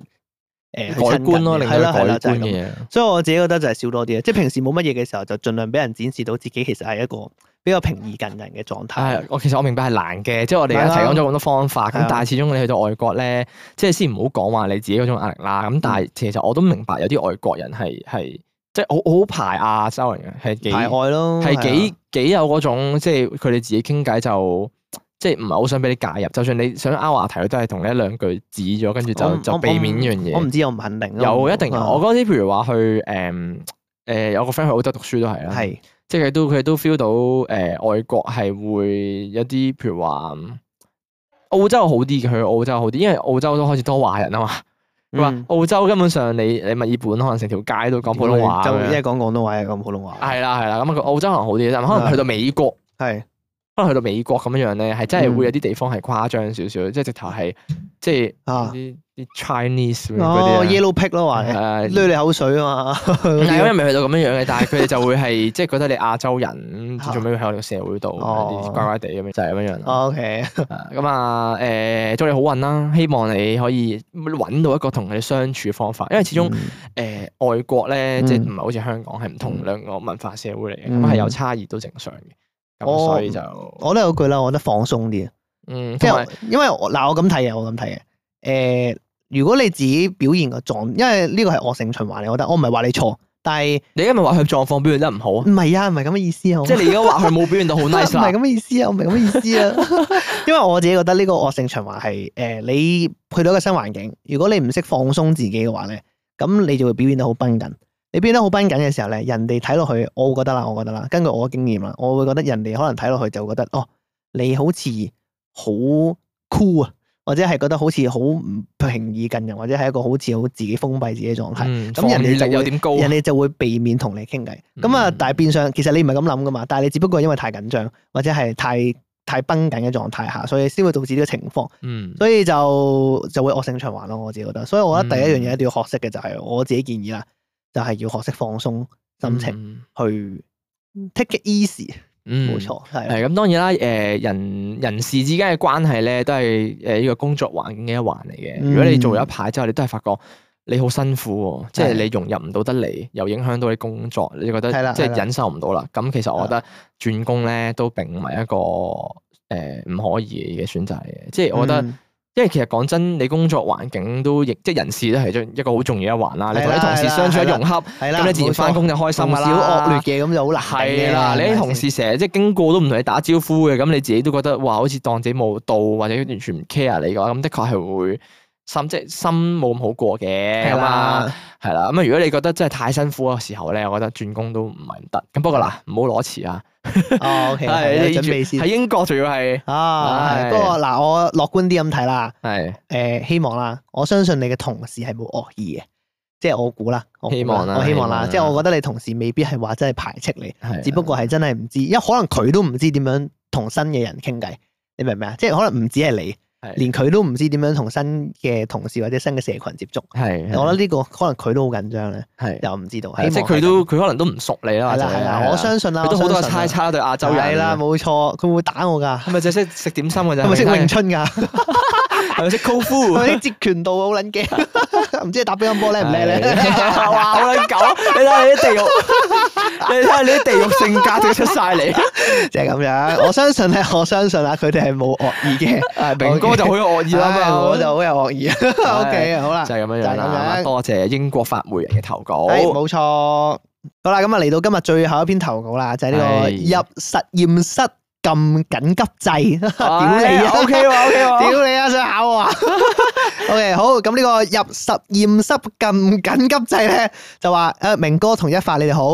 Speaker 3: 誒
Speaker 1: 改觀咯，令
Speaker 3: 係啦
Speaker 1: 到
Speaker 3: 係
Speaker 1: 改
Speaker 3: 啦，
Speaker 1: 觀
Speaker 3: 就係
Speaker 1: 嘅
Speaker 3: 咁。
Speaker 1: 嘢。
Speaker 3: 所以我自己覺得就係笑多啲啊，即係平時冇乜嘢嘅時候，就盡量俾人展示到自己其實係一個比較平易近人嘅狀態
Speaker 1: 係，。啊我其實我明白係難嘅，即係我哋而
Speaker 3: 係
Speaker 1: 家提
Speaker 3: 啊
Speaker 1: 供咗咁多方法，
Speaker 3: 係啊
Speaker 1: 咁但係始終你去到外國咧，即係先唔好講話你自己嗰種壓力啦。咁但
Speaker 3: 嗯
Speaker 1: 係其實我都明白有啲外國人係係即係好好排亞洲人嘅，係幾
Speaker 3: 排外咯，
Speaker 1: 係
Speaker 3: 係啊
Speaker 1: 幾幾有嗰種，即係佢哋自己傾偈就即係唔係好想俾你介入，就算你想拗話題，佢都係同你一兩句指咗，跟住
Speaker 3: 我
Speaker 1: 就
Speaker 3: 唔
Speaker 1: 就
Speaker 3: 我唔
Speaker 1: 避免呢樣
Speaker 3: 啊我
Speaker 1: 嘢。
Speaker 3: 唔知，我唔肯定咯。
Speaker 1: 有一定有，
Speaker 3: 啊
Speaker 1: 我嗰啲譬如話去誒誒有個啊 friend 去澳洲讀書都係啦，
Speaker 3: 係
Speaker 1: 即係佢都佢都 feel 到誒、呃外國係會有啲譬如話嗯澳洲好啲嘅，佢去澳洲好啲，因為澳洲都開始多華人啊嘛。佢話、
Speaker 3: 嗯
Speaker 1: 澳洲根本上你你墨爾本可能成條街都講普通話咁
Speaker 3: 就
Speaker 1: 樣，
Speaker 3: 一係講廣東話，一係講普通話。
Speaker 1: 係啦係啦，咁啊佢澳洲可能好啲，但可能去到美
Speaker 3: 嗯
Speaker 1: 國。
Speaker 3: 係
Speaker 1: 可能去到美國咁樣樣咧，係
Speaker 3: 嗯
Speaker 1: 真係會有啲地方係誇張少少，即係直頭係即係
Speaker 3: 啊
Speaker 1: 啲啲 Chinese 嗰啲
Speaker 3: 哦
Speaker 1: 啊
Speaker 3: ，yellow pick 咯話你，
Speaker 1: 係
Speaker 3: 濺你口水啊嘛。
Speaker 1: 唔係因為未去到咁樣樣嘅，但係佢哋就會係即係覺得你亞洲 人
Speaker 3: 嚇
Speaker 1: 做咩喺我哋個社會度
Speaker 3: 哦
Speaker 1: 啲怪怪地咁樣，就係咁樣樣啦。
Speaker 3: O K，
Speaker 1: 啊咁啊誒，祝你好運啦！希望你可以揾到一個同佢哋相處方法，因為始終
Speaker 3: 嗯
Speaker 1: 誒外國咧，即係唔係好似香港係唔同兩個文化社會嚟嘅，
Speaker 3: 嗯
Speaker 1: 咁係有差異都正常嘅。咁
Speaker 3: 哦
Speaker 1: 所以就
Speaker 3: 我都有句啦，我覺得放鬆啲，啊
Speaker 1: 嗯，
Speaker 3: 即
Speaker 1: 同埋
Speaker 3: 係因為我嗱，我咁睇嘅，我咁睇嘅。誒，如果你自己表現個狀，因為呢個係惡性循環嚟，我覺得我唔係話你錯，但係
Speaker 1: 你今日話佢狀況表現得唔好啊？
Speaker 3: 唔係啊，唔係咁嘅意思啊。我
Speaker 1: 即係你而家話佢冇表 現到好 nice
Speaker 3: 唔係咁
Speaker 1: 啦，
Speaker 3: 嘅意思啊，我唔係咁嘅意思啊。 因為我自己覺得呢個惡性循環係誒、呃你去到一個新環境，如果你唔識放鬆自己嘅話咧，咁你就會表現得好繃緊。你表現得好繃緊嘅時候咧，人哋睇落去，我會覺得啦，我覺得啦，根據我嘅經驗啦，我會覺得人哋可能睇落去就會覺得，哦，你好似好 cool 啊，或者係覺得好似好唔平易近人，或者係一個好似好自己封閉自己嘅狀態。
Speaker 1: 嗯，
Speaker 3: 咁
Speaker 1: 防
Speaker 3: 人哋
Speaker 1: 禦
Speaker 3: 就
Speaker 1: 力有
Speaker 3: 會
Speaker 1: 點高啊，
Speaker 3: 人哋就會避免同你傾偈。咁啊、
Speaker 1: 嗯
Speaker 3: 但係變相其實你唔係咁諗噶嘛，但係你只不過因為太緊張或者係太太繃緊嘅狀態下，所以先會導致呢個情況，
Speaker 1: 嗯，
Speaker 3: 所以就就會惡性循環咯。我自己覺得，所以我覺得第一樣嘢
Speaker 1: 嗯
Speaker 3: 一定要學識嘅就係、我自己建議啦，就係、要學識放鬆心情、
Speaker 1: 情
Speaker 3: 去 take it easy，
Speaker 1: 嗯，
Speaker 3: 冇。錯，係啊
Speaker 1: 係咁，當然啦，誒人人事之間嘅關係咧，都係誒呢個工作環境嘅一環嚟嘅。如果你做咗一排之後，你都係發覺你好辛苦喎，即係
Speaker 3: 係
Speaker 1: 你融入唔到得嚟，又影響到你工作，你覺
Speaker 3: 係啦啊
Speaker 1: 得即
Speaker 3: 係
Speaker 1: 係
Speaker 3: 啦
Speaker 1: 忍受唔到啦。咁其實我覺得轉工咧都並唔係一個誒唔可以嘅選擇嚟嘅，即係我覺
Speaker 3: 嗯
Speaker 1: 得。因為其實講真，你工作環境都亦即係人事都係一個好重要一環啦。你同
Speaker 3: 係
Speaker 1: 啲
Speaker 3: 啦
Speaker 1: 同事相處
Speaker 3: 係
Speaker 1: 得
Speaker 3: 啦
Speaker 1: 融洽，
Speaker 3: 係啦，
Speaker 1: 咁你自然
Speaker 3: 冇錯
Speaker 1: 翻工就開心
Speaker 3: 同
Speaker 1: 噶
Speaker 3: 少
Speaker 1: 啦。
Speaker 3: 惡劣嘅咁就好難頂嘅
Speaker 1: 係啦，你
Speaker 3: 係咪
Speaker 1: 啲同事成日即係經過都唔同你打招呼嘅，咁你自己都覺得哇，好似當自己冇到或者完全唔 care 你嘅話，咁的確係會心即係心冇咁好過嘅
Speaker 3: 係
Speaker 1: 咁啊，
Speaker 3: 啦，
Speaker 1: 係啦。咁啊，如果你覺得真係太辛苦啊嘅時候咧，我覺得轉工都唔係唔得。咁不過嗱，唔好攞詞啊，
Speaker 3: 哦，OK，係
Speaker 1: 你
Speaker 3: 有準備
Speaker 1: 喺
Speaker 3: 先
Speaker 1: 英國仲要係
Speaker 3: 啊。
Speaker 1: 係
Speaker 3: 係不過嗱，我樂觀啲咁睇啦，
Speaker 1: 係
Speaker 3: 誒呃希望啦，我相信你嘅同事係冇惡意嘅，即係我估啦，我估
Speaker 1: 希望啦
Speaker 3: 我希望
Speaker 1: 希望
Speaker 3: 啦
Speaker 1: 啦，
Speaker 3: 即係我覺得你同事未必係話真係排斥你，
Speaker 1: 係，啊
Speaker 3: 只不過係真係唔知，因為可能佢都唔知點樣同新嘅人傾偈，你明唔明啊？即係可能唔止係你，
Speaker 1: 係
Speaker 3: 連佢都唔知點樣同新嘅同事或者新嘅社群接觸。
Speaker 1: 係
Speaker 3: 我覺得呢個可能佢都好緊張咧，
Speaker 1: 係。
Speaker 3: 又唔知道，
Speaker 1: 係啊
Speaker 3: 希
Speaker 1: 即係
Speaker 3: 望
Speaker 1: 佢
Speaker 3: 係
Speaker 1: 都
Speaker 3: 咁
Speaker 1: 佢可能都唔熟你啦，
Speaker 3: 係
Speaker 1: 或者
Speaker 3: 啦係啦，我相信啦，
Speaker 1: 佢都好多
Speaker 3: 我相信啦啊
Speaker 1: 猜，測啦對亞洲人，
Speaker 3: 係啦，冇錯，佢會打我㗎，
Speaker 1: 係咪就係識食點心嘅啫？
Speaker 3: 係咪 識詠
Speaker 1: 其
Speaker 3: 春㗎？
Speaker 1: 他嘢係咪識高呼？
Speaker 3: 係咪識截拳道啊好撚 驚，唔知你打乒乓波叻唔叻 咧？
Speaker 1: 係哇！好撚狗，你睇下你啲地獄，你睇下你啲地獄性格都出晒嚟。
Speaker 3: 就係咁樣，我相信咧， 我相明啊佢哋係冇惡意嘅。
Speaker 1: 明哥就好有惡 意啦嘛，
Speaker 3: 我就好有惡意。O K，好啦，
Speaker 1: 啊就係咁樣樣
Speaker 3: 就係咁
Speaker 1: 啦。
Speaker 3: 樣
Speaker 1: 多謝英國發媒人嘅投稿。
Speaker 3: 係冇錯。好啦，咁啊嚟到今日最後一篇投稿啦，就係
Speaker 1: 係
Speaker 3: 呢個入實驗室撳緊急掣， 屌
Speaker 1: 唉
Speaker 3: 你啊！
Speaker 1: ！O K 喎，O K 喎。
Speaker 3: 屌你啊！想考我 啊 ？OK，好，咁呢個入實驗室撳緊急掣咧，就話誒明哥同一發你哋好。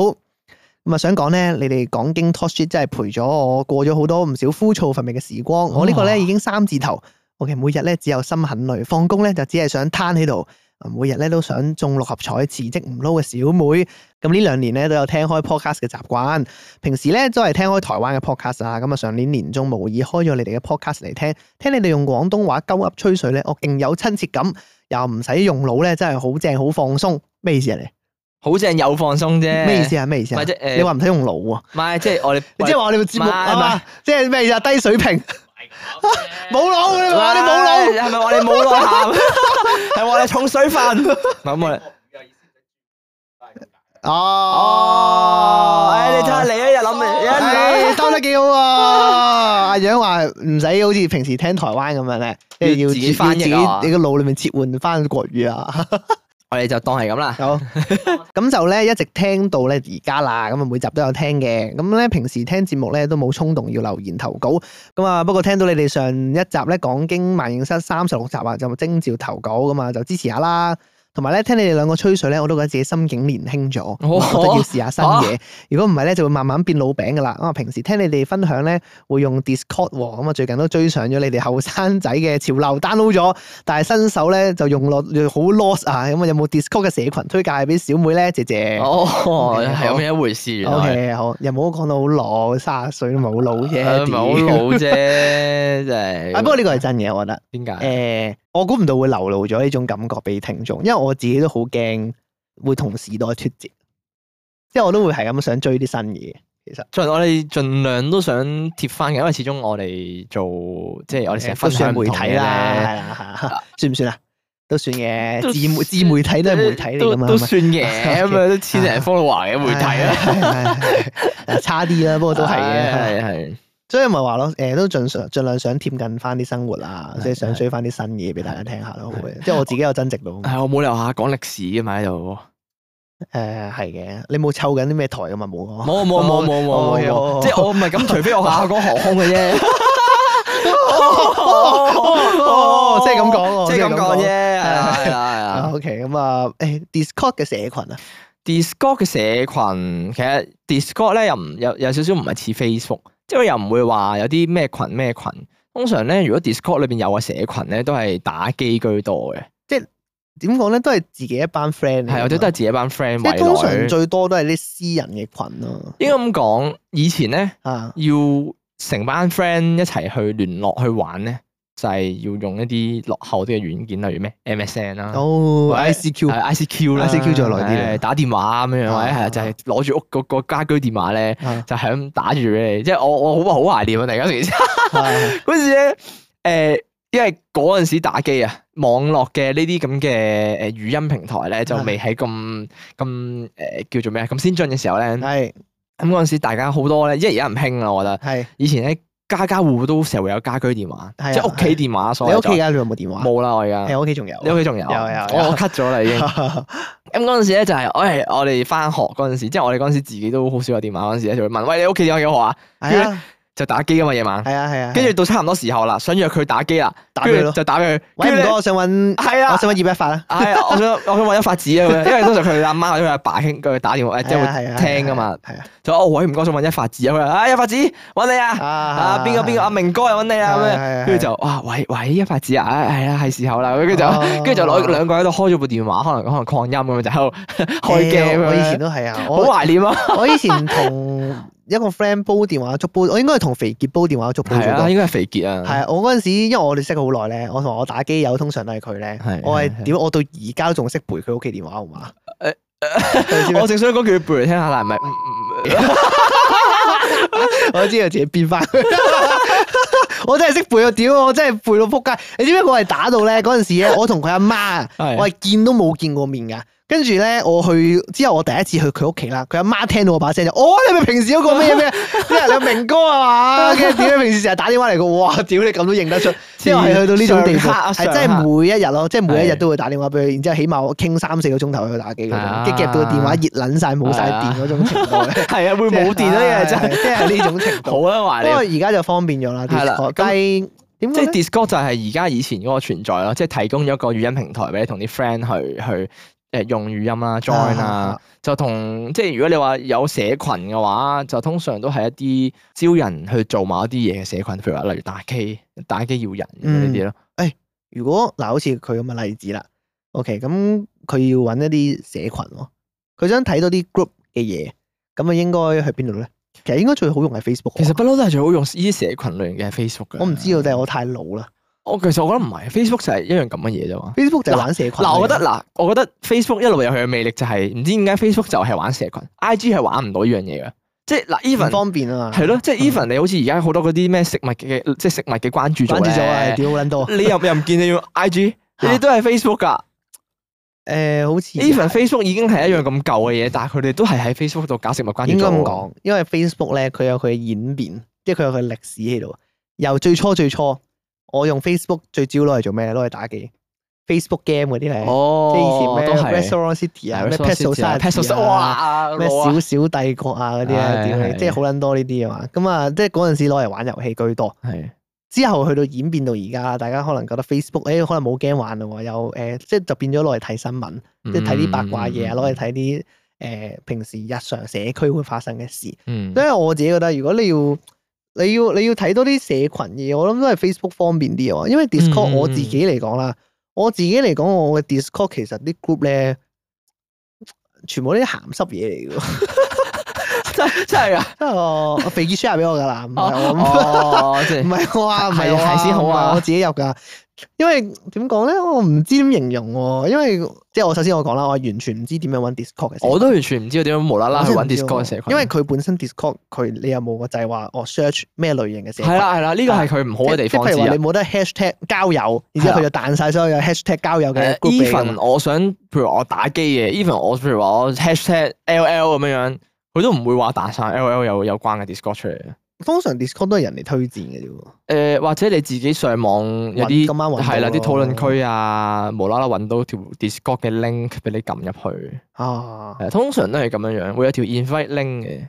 Speaker 3: 咁啊，想講咧，你哋講經 talk shit 真係陪咗我過咗好多唔少枯燥乏味嘅時光。我呢個
Speaker 1: 哇
Speaker 3: 咧已經三字頭，我嘅每日咧只有心很累，放工咧就只係想攤喺度。啊每日咧都想中六合彩辭職唔撈嘅小妹，咁呢兩年咧都有聽開 podcast 嘅習慣，平時咧都係聽開台灣嘅 podcast 啊，咁啊上年年中無意開咗你哋嘅 podcast 嚟聽，聽你哋用廣東話鳩噏吹水咧，我勁有親切感，又唔使用腦咧，真係好正好放鬆，咩意思啊你？
Speaker 1: 好正又放鬆啫。
Speaker 3: 咩意思啊？咩意思
Speaker 1: 唔
Speaker 3: 啊
Speaker 1: 係？啫誒
Speaker 3: 你話唔使用腦喎？
Speaker 1: 唔係即係我哋，
Speaker 3: 你即係話我哋個節目
Speaker 1: 呃唔係
Speaker 3: 啊
Speaker 1: 唔係
Speaker 3: 嘛？即係咩意思啊？低 水平，冇腦，你咪話你冇腦。
Speaker 1: 係咪話你冇腦喊？係話你重水分。咁我哋。
Speaker 3: Ờ. 哦，
Speaker 1: 哎，你睇下啊你一日諗嘅，一諗
Speaker 3: 唉，兜哎得幾好喎！阿楊話唔使好似平時聽台灣咁樣咧，即係
Speaker 1: 要
Speaker 3: 要
Speaker 1: 自己翻譯啊
Speaker 3: 要自己你個腦裏面切換翻國語啊！
Speaker 1: 我哋就當係咁啦。
Speaker 3: 好，咁就咧一直聽到咧而家啦，咁啊每集都有聽嘅。咁咧平時聽節目咧都冇衝動要留言投稿，咁啊不過聽到你哋上一集咧講經萬應室三十六集啊，就徵召投稿咁啊就支持下啦。同埋咧，聽你哋兩個吹水咧，我都覺得自己心境年輕咗，
Speaker 1: 哦
Speaker 3: 覺得要試下新嘢。如果唔係咧，就會慢慢變老餅噶啦。咁啊，平時聽你哋分享咧，會用 Discord 喎，咁啊最近都追上咗你哋後生仔嘅潮流，download 咗，但係新手咧就用落好 lost 啊。咁啊，有冇 Discord 嘅社群推介俾小妹咧？謝謝。
Speaker 1: 哦，
Speaker 3: OK，
Speaker 1: 係
Speaker 3: 好
Speaker 1: 咁樣一回事，原
Speaker 3: O
Speaker 1: 來。
Speaker 3: K，好，又冇講到好老，卅歲都唔係好老啫。
Speaker 1: 啊誒唔係好
Speaker 3: 屌
Speaker 1: 老啫，真係。
Speaker 3: 啊，不過呢個係真嘅，我覺得。
Speaker 1: 點
Speaker 3: 誒、
Speaker 1: 解？
Speaker 3: 我估唔到會流露咗呢種感覺俾聽眾，因為我自己都好驚會同時代脱節，即係我都會係咁想追啲新嘢。
Speaker 1: 盡我哋盡量都想貼翻嘅，因為始終我哋做即係我哋成日分享
Speaker 3: 都算媒體啦，
Speaker 1: 啦，
Speaker 3: 係啦，係啊算唔算啊？都算嘅，
Speaker 1: 都
Speaker 3: 自媒自媒體都係媒體嚟
Speaker 1: 都
Speaker 3: 噶嘛，
Speaker 1: 都
Speaker 3: 係咪
Speaker 1: 算嘅咁啊，都千零 follower 嘅媒體啦，
Speaker 3: 係係係係差啲啦，不過都係嘅。
Speaker 1: 係啊係
Speaker 3: 所以咪話咯，誒都盡常盡量想貼近翻啲生活啊，即係想
Speaker 1: 係
Speaker 3: 追翻啲新嘢俾大家聽下咯，會即係我自己有增值到。
Speaker 1: 係我冇理由下講歷史嘅嘛喺度，
Speaker 3: 誒係嘅，你冇湊緊啲咩台噶嘛？冇啊
Speaker 1: 冇冇冇冇冇冇冇，即係我唔係咁，除非我下下講航空嘅啫。
Speaker 3: 哦
Speaker 1: 哦
Speaker 3: 即係咁講喎
Speaker 1: 即係咁講啫，
Speaker 3: 即
Speaker 1: 係啦係啦係啦
Speaker 3: 啊。OK，咁啊，誒 Discord 嘅社群啊，
Speaker 1: Discord 嘅社群，其實 Discord 咧又唔有有少少唔係似 Facebook，即係又唔會話有啲咩群咩群。通常咧，如果 Discord 裏邊有個社群咧，都係打機居多嘅，
Speaker 3: 點講咧，都係自己一班 friend 嚟㗎嘛
Speaker 1: 係或者都係自己班 friend
Speaker 3: 嗯即係通常
Speaker 1: 圍內。
Speaker 3: 最多都係啲私人嘅群咯，
Speaker 1: 應該咁講，以前咧
Speaker 3: 啊，
Speaker 1: 要成班 friend 一齊去聯絡去玩咧，就係、要用一啲落後啲嘅軟件，例如咩 MSN 啦。
Speaker 3: 哦
Speaker 1: 或者
Speaker 3: ICQ
Speaker 1: 啊係啊 ICQ 啦
Speaker 3: ICQ 再耐啲啦
Speaker 1: 係打電話咁樣，或者
Speaker 3: 啊
Speaker 1: 係就係攞住屋嗰個家居電話咧，
Speaker 3: 啊，
Speaker 1: 就係咁打住俾你，即係我我好好懷念啊！突然間 嗰時
Speaker 3: 係
Speaker 1: 嗰時咧，誒、因為嗰陣時打機啊，網絡嘅呢啲咁嘅誒語音平台咧，就未喺咁咁誒叫做咩啊咁先進嘅時候咧，咁
Speaker 3: 係
Speaker 1: 嗰陣時大家好多咧，因為而家唔興啦，我覺得
Speaker 3: 係
Speaker 1: 以前咧家家户户都成日會有家居電話，
Speaker 3: 係啊
Speaker 1: 即係屋企電話所
Speaker 3: 你
Speaker 1: 謂
Speaker 3: 屋企而
Speaker 1: 就
Speaker 3: 家仲有冇電話？
Speaker 1: 冇啦，我而家
Speaker 3: 係，我屋企仲有。啊
Speaker 1: 你屋企仲有？啊
Speaker 3: 有有有
Speaker 1: 我我 cut 咗啦已經。咁嗰陣時咧就係，我係我哋翻學嗰陣時，即係我哋嗰陣時自己都好少有電話嗰陣時咧，就會問：喂，你屋企電話幾好啊？
Speaker 3: 係啊
Speaker 1: 就打機噶嘛夜晚。
Speaker 3: 係啊係啊，
Speaker 1: 跟住到差唔多時候啦，想約佢打機啦，
Speaker 3: 打俾佢
Speaker 1: 跟住
Speaker 3: 咯
Speaker 1: 就打俾佢。
Speaker 3: 喂
Speaker 1: 跟
Speaker 3: 唔
Speaker 1: 住
Speaker 3: 該，
Speaker 1: 咧
Speaker 3: 我想揾，
Speaker 1: 係啊
Speaker 3: 我想揾葉一發啊。
Speaker 1: 係啊，我想我想揾一發子啊咁樣，因為通常佢阿媽或者佢阿爸傾佢打電話，誒即係
Speaker 3: 係啊
Speaker 1: 會聽噶嘛。
Speaker 3: 係啊
Speaker 1: 就哦喂，唔該，想揾一發子啊，佢話啊一發子揾你
Speaker 3: 係
Speaker 1: 啊，
Speaker 3: 啊
Speaker 1: 啊邊個邊個阿明哥又揾你啊
Speaker 3: 係
Speaker 1: 咁
Speaker 3: 啊係啊係
Speaker 1: 樣，
Speaker 3: 啊
Speaker 1: 跟住就哇喂喂一發子啊，唉係啦係時候啦，跟住就
Speaker 3: 哦
Speaker 1: 跟住就攞兩個喺度開咗部電話，可能可能擴音咁樣 就喺度
Speaker 3: 誒
Speaker 1: 開 game 咁樣
Speaker 3: 啊我以前都係啊，
Speaker 1: 好
Speaker 3: 我
Speaker 1: 懷念啊，
Speaker 3: 我以前同一個 friend 煲電話粥煲，我應該係同肥傑煲電話粥煲
Speaker 1: 係
Speaker 3: 咗
Speaker 1: 啊，
Speaker 3: 個。
Speaker 1: 應該係肥傑啊，
Speaker 3: 係啊，我嗰陣時，因為我哋識咗好耐咧，我同我打機友通常都係佢咧
Speaker 1: 係。
Speaker 3: 我
Speaker 1: 係
Speaker 3: 係
Speaker 1: 係
Speaker 3: 點？我到而家都仲識背佢屋企電話號碼。
Speaker 1: 我正想講叫佢背嚟聽下，但係唔係唔唔
Speaker 3: 我都知道自己變翻。 我真係識背啊！屌，我真係背到撲街。你知唔知我係打到咧嗰陣時咧，我同佢阿媽啊，
Speaker 1: 係
Speaker 3: 我係見都冇見過面噶。跟住咧，我去之後，我第一次去佢屋企啦。佢阿媽聽到我把聲就，哦，你咪平時嗰個咩咩，即係你阿明哥啊嘛？跟住屌，你平時成日打電話嚟個，哇！屌，你咁都認得出，即係係去到呢種地步，
Speaker 1: 上客啊
Speaker 3: 係
Speaker 1: 上
Speaker 3: 真
Speaker 1: 客
Speaker 3: 係每一日咯，即係每一日
Speaker 1: 係
Speaker 3: 都會打電話俾佢，然之後起碼我傾三四個鐘頭去打機嗰
Speaker 1: 係啊
Speaker 3: 種，即係夾到個電話熱撚晒冇晒
Speaker 1: 係啊
Speaker 3: 電嗰種程度咧。
Speaker 1: 係啊，會冇電啦，因為真係
Speaker 3: 即 係呢種程
Speaker 1: 好
Speaker 3: 度。
Speaker 1: 啦懷
Speaker 3: 不過
Speaker 1: 念。
Speaker 3: 而家就方便咗啦，
Speaker 1: 係啦
Speaker 3: Discord，
Speaker 1: 咁
Speaker 3: 但係點
Speaker 1: 即
Speaker 3: 講
Speaker 1: 係
Speaker 3: 咧？
Speaker 1: Discord 就係而家以前嗰個存在咯，即係提供咗一個語音平台俾你同啲 friend 去去誒用語音啦、join 啦
Speaker 3: 啊，
Speaker 1: 就同即係如果你話有社群嘅話，就通常都係一啲招人去做某一啲嘢嘅社群，譬如話例如打機、打機要人咁呢
Speaker 3: 嗯
Speaker 1: 啲咯，
Speaker 3: 如果嗱，好似佢咁嘅例子啦，OK，咁佢要揾一啲社群喎，佢想睇到啲 group 嘅嘢，咁啊應該去邊度咧？其實應該最好用係 Facebook。
Speaker 1: 其實不嬲都係最好用呢啲社群類型嘅 Facebook 嘅。
Speaker 3: 我唔知道，但係我太老啦。
Speaker 1: 我其實我覺得唔係，Facebook 就係一樣咁嘅嘢啫嘛。
Speaker 3: Facebook 就係玩社群嚟嘅。
Speaker 1: 嗱，我覺得嗱，我覺得 Facebook 一路有佢嘅魅力就係、唔知點解 Facebook 就係玩社群，IG 係玩唔到呢樣嘢嘅。即係嗱
Speaker 3: 唔
Speaker 1: ，even
Speaker 3: 方便啊嘛。
Speaker 1: 係咯，即係 even 你好似而家好多嗰啲咩食物嘅，即係食物嘅關注組
Speaker 3: 關注咗啊，
Speaker 1: 咧，
Speaker 3: 屌好撚多啊。
Speaker 1: 你又又唔見你用 IG，
Speaker 3: 嚇
Speaker 1: 你都係 Facebook 噶。
Speaker 3: 誒，好似
Speaker 1: even Facebook 已經係一樣咁舊嘅嘢，但係佢哋都係喺 Facebook 度搞食物關注組。
Speaker 3: 應該咁講，因為 Facebook 咧佢有佢嘅演變，即係佢有佢歷史喺度。由最初最初，我用 Facebook 最主要攞嚟做咩咧？攞嚟打機，Facebook game 嗰啲咧，即
Speaker 1: 哦，
Speaker 3: 係以前
Speaker 1: 都
Speaker 3: 咩
Speaker 1: 係
Speaker 3: Restaurant City 啊，咩
Speaker 1: Restaurant
Speaker 3: Pet
Speaker 1: City 啊 Pet
Speaker 3: Society
Speaker 1: Society，
Speaker 3: 啊，
Speaker 1: 哇，
Speaker 3: 咩
Speaker 1: 老啊
Speaker 3: 小小帝國啊嗰啲
Speaker 1: 係
Speaker 3: 咧，屌你
Speaker 1: 係
Speaker 3: 即係好撚多呢啲啊嘛。咁啊，即係嗰陣時攞嚟玩遊戲居多。
Speaker 1: 係
Speaker 3: 之後去到演變到而家，大家可能覺得 Facebook 誒、可能冇 game 玩咯喎，又誒、即係就變咗攞嚟睇新聞。
Speaker 1: 嗯
Speaker 3: 即係睇啲八卦嘢啊，攞嚟睇啲誒平時日常社區會發生嘅事。
Speaker 1: 嗯
Speaker 3: 所以我自己覺得，如果你要你要你要睇多啲社群嘢，我諗都係 Facebook 方便啲啊。因為
Speaker 1: 嗯
Speaker 3: Discord
Speaker 1: 嗯
Speaker 3: 我自己嚟講啦，我自己嚟講，我嘅 Discord 其實啲 group 咧，全部都啲鹹濕嘢嚟嘅喎。
Speaker 1: 真係真係啊！
Speaker 3: 即係 我我肥傑 share 俾我㗎啦，唔係我
Speaker 1: 哦，即
Speaker 3: 唔
Speaker 1: 係
Speaker 3: 係我啊，唔
Speaker 1: 係
Speaker 3: 係我
Speaker 1: 係
Speaker 3: 啊，
Speaker 1: 先好啊
Speaker 3: 唔係我自己入㗎。因為點講咧，我唔知點形容喎。因為即係我首先我講啦，我係完全唔知點樣揾 Discord 嘅社群。
Speaker 1: 我都完全唔知道點樣無啦啦去揾 Discord 嘅社群，
Speaker 3: 因為佢本身 Discord 佢你有冇個掣話我 search 咩類型嘅社群？
Speaker 1: 係啦係啦，呢個係佢唔好
Speaker 3: 即
Speaker 1: 嘅地方
Speaker 3: 即譬
Speaker 1: 之
Speaker 3: 如話
Speaker 1: 一
Speaker 3: 你。冇得 hashtag 交友，然之後
Speaker 1: 係
Speaker 3: 佢就彈晒所有 hashtag 交友嘅
Speaker 1: 誒
Speaker 3: group 俾你㗎嘛
Speaker 1: 呃啊 even 我想，譬如我打機嘅，even 我譬如話我 hashtag LL 咁樣樣，佢都唔會話打晒 LL 有有關嘅 Discord 出嚟嘅。
Speaker 3: 通常 Discord 都係人哋推薦嘅啫喎。
Speaker 1: 誒、呃或者你自己上網有
Speaker 3: 搵
Speaker 1: 啲
Speaker 3: 咁啱搵到
Speaker 1: 係啦，啲討論
Speaker 3: 咯
Speaker 1: 區啊，無啦啦揾到條 Discord 嘅 link 俾你撳入去，
Speaker 3: 啊，
Speaker 1: 係通常都係咁樣樣，會有條 invite link 嘅。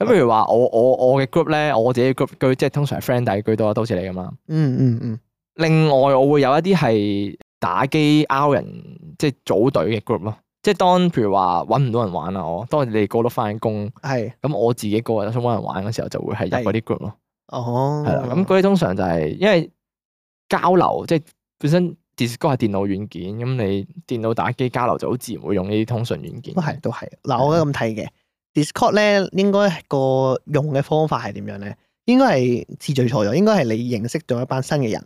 Speaker 1: 咁譬如話我我我嘅 group 咧，我自己嘅 group 居即係通常係 friend 底居多，都好似你咁啦。
Speaker 3: 嗯嗯嗯，
Speaker 1: 另外，我會有一啲係打機 out 人，即係組隊嘅 group 咯。即係當譬如話揾唔到人玩啦，我當你哋個都翻緊工，
Speaker 3: 係
Speaker 1: 咁我自己個人想揾人玩嘅時候，就會係入嗰啲 group 咯。
Speaker 3: 哦，
Speaker 1: 係啦，咁嗰啲通常就係因為交流，即係本身 Discord 係電腦軟件，咁你電腦打機交流就好自然會用呢啲通訊軟件。
Speaker 3: 都係都係。嗱，我覺得咁睇嘅 Discord 咧，應該係個用嘅方法係點樣咧？應該係次序錯咗，應該係你認識咗一班新嘅人，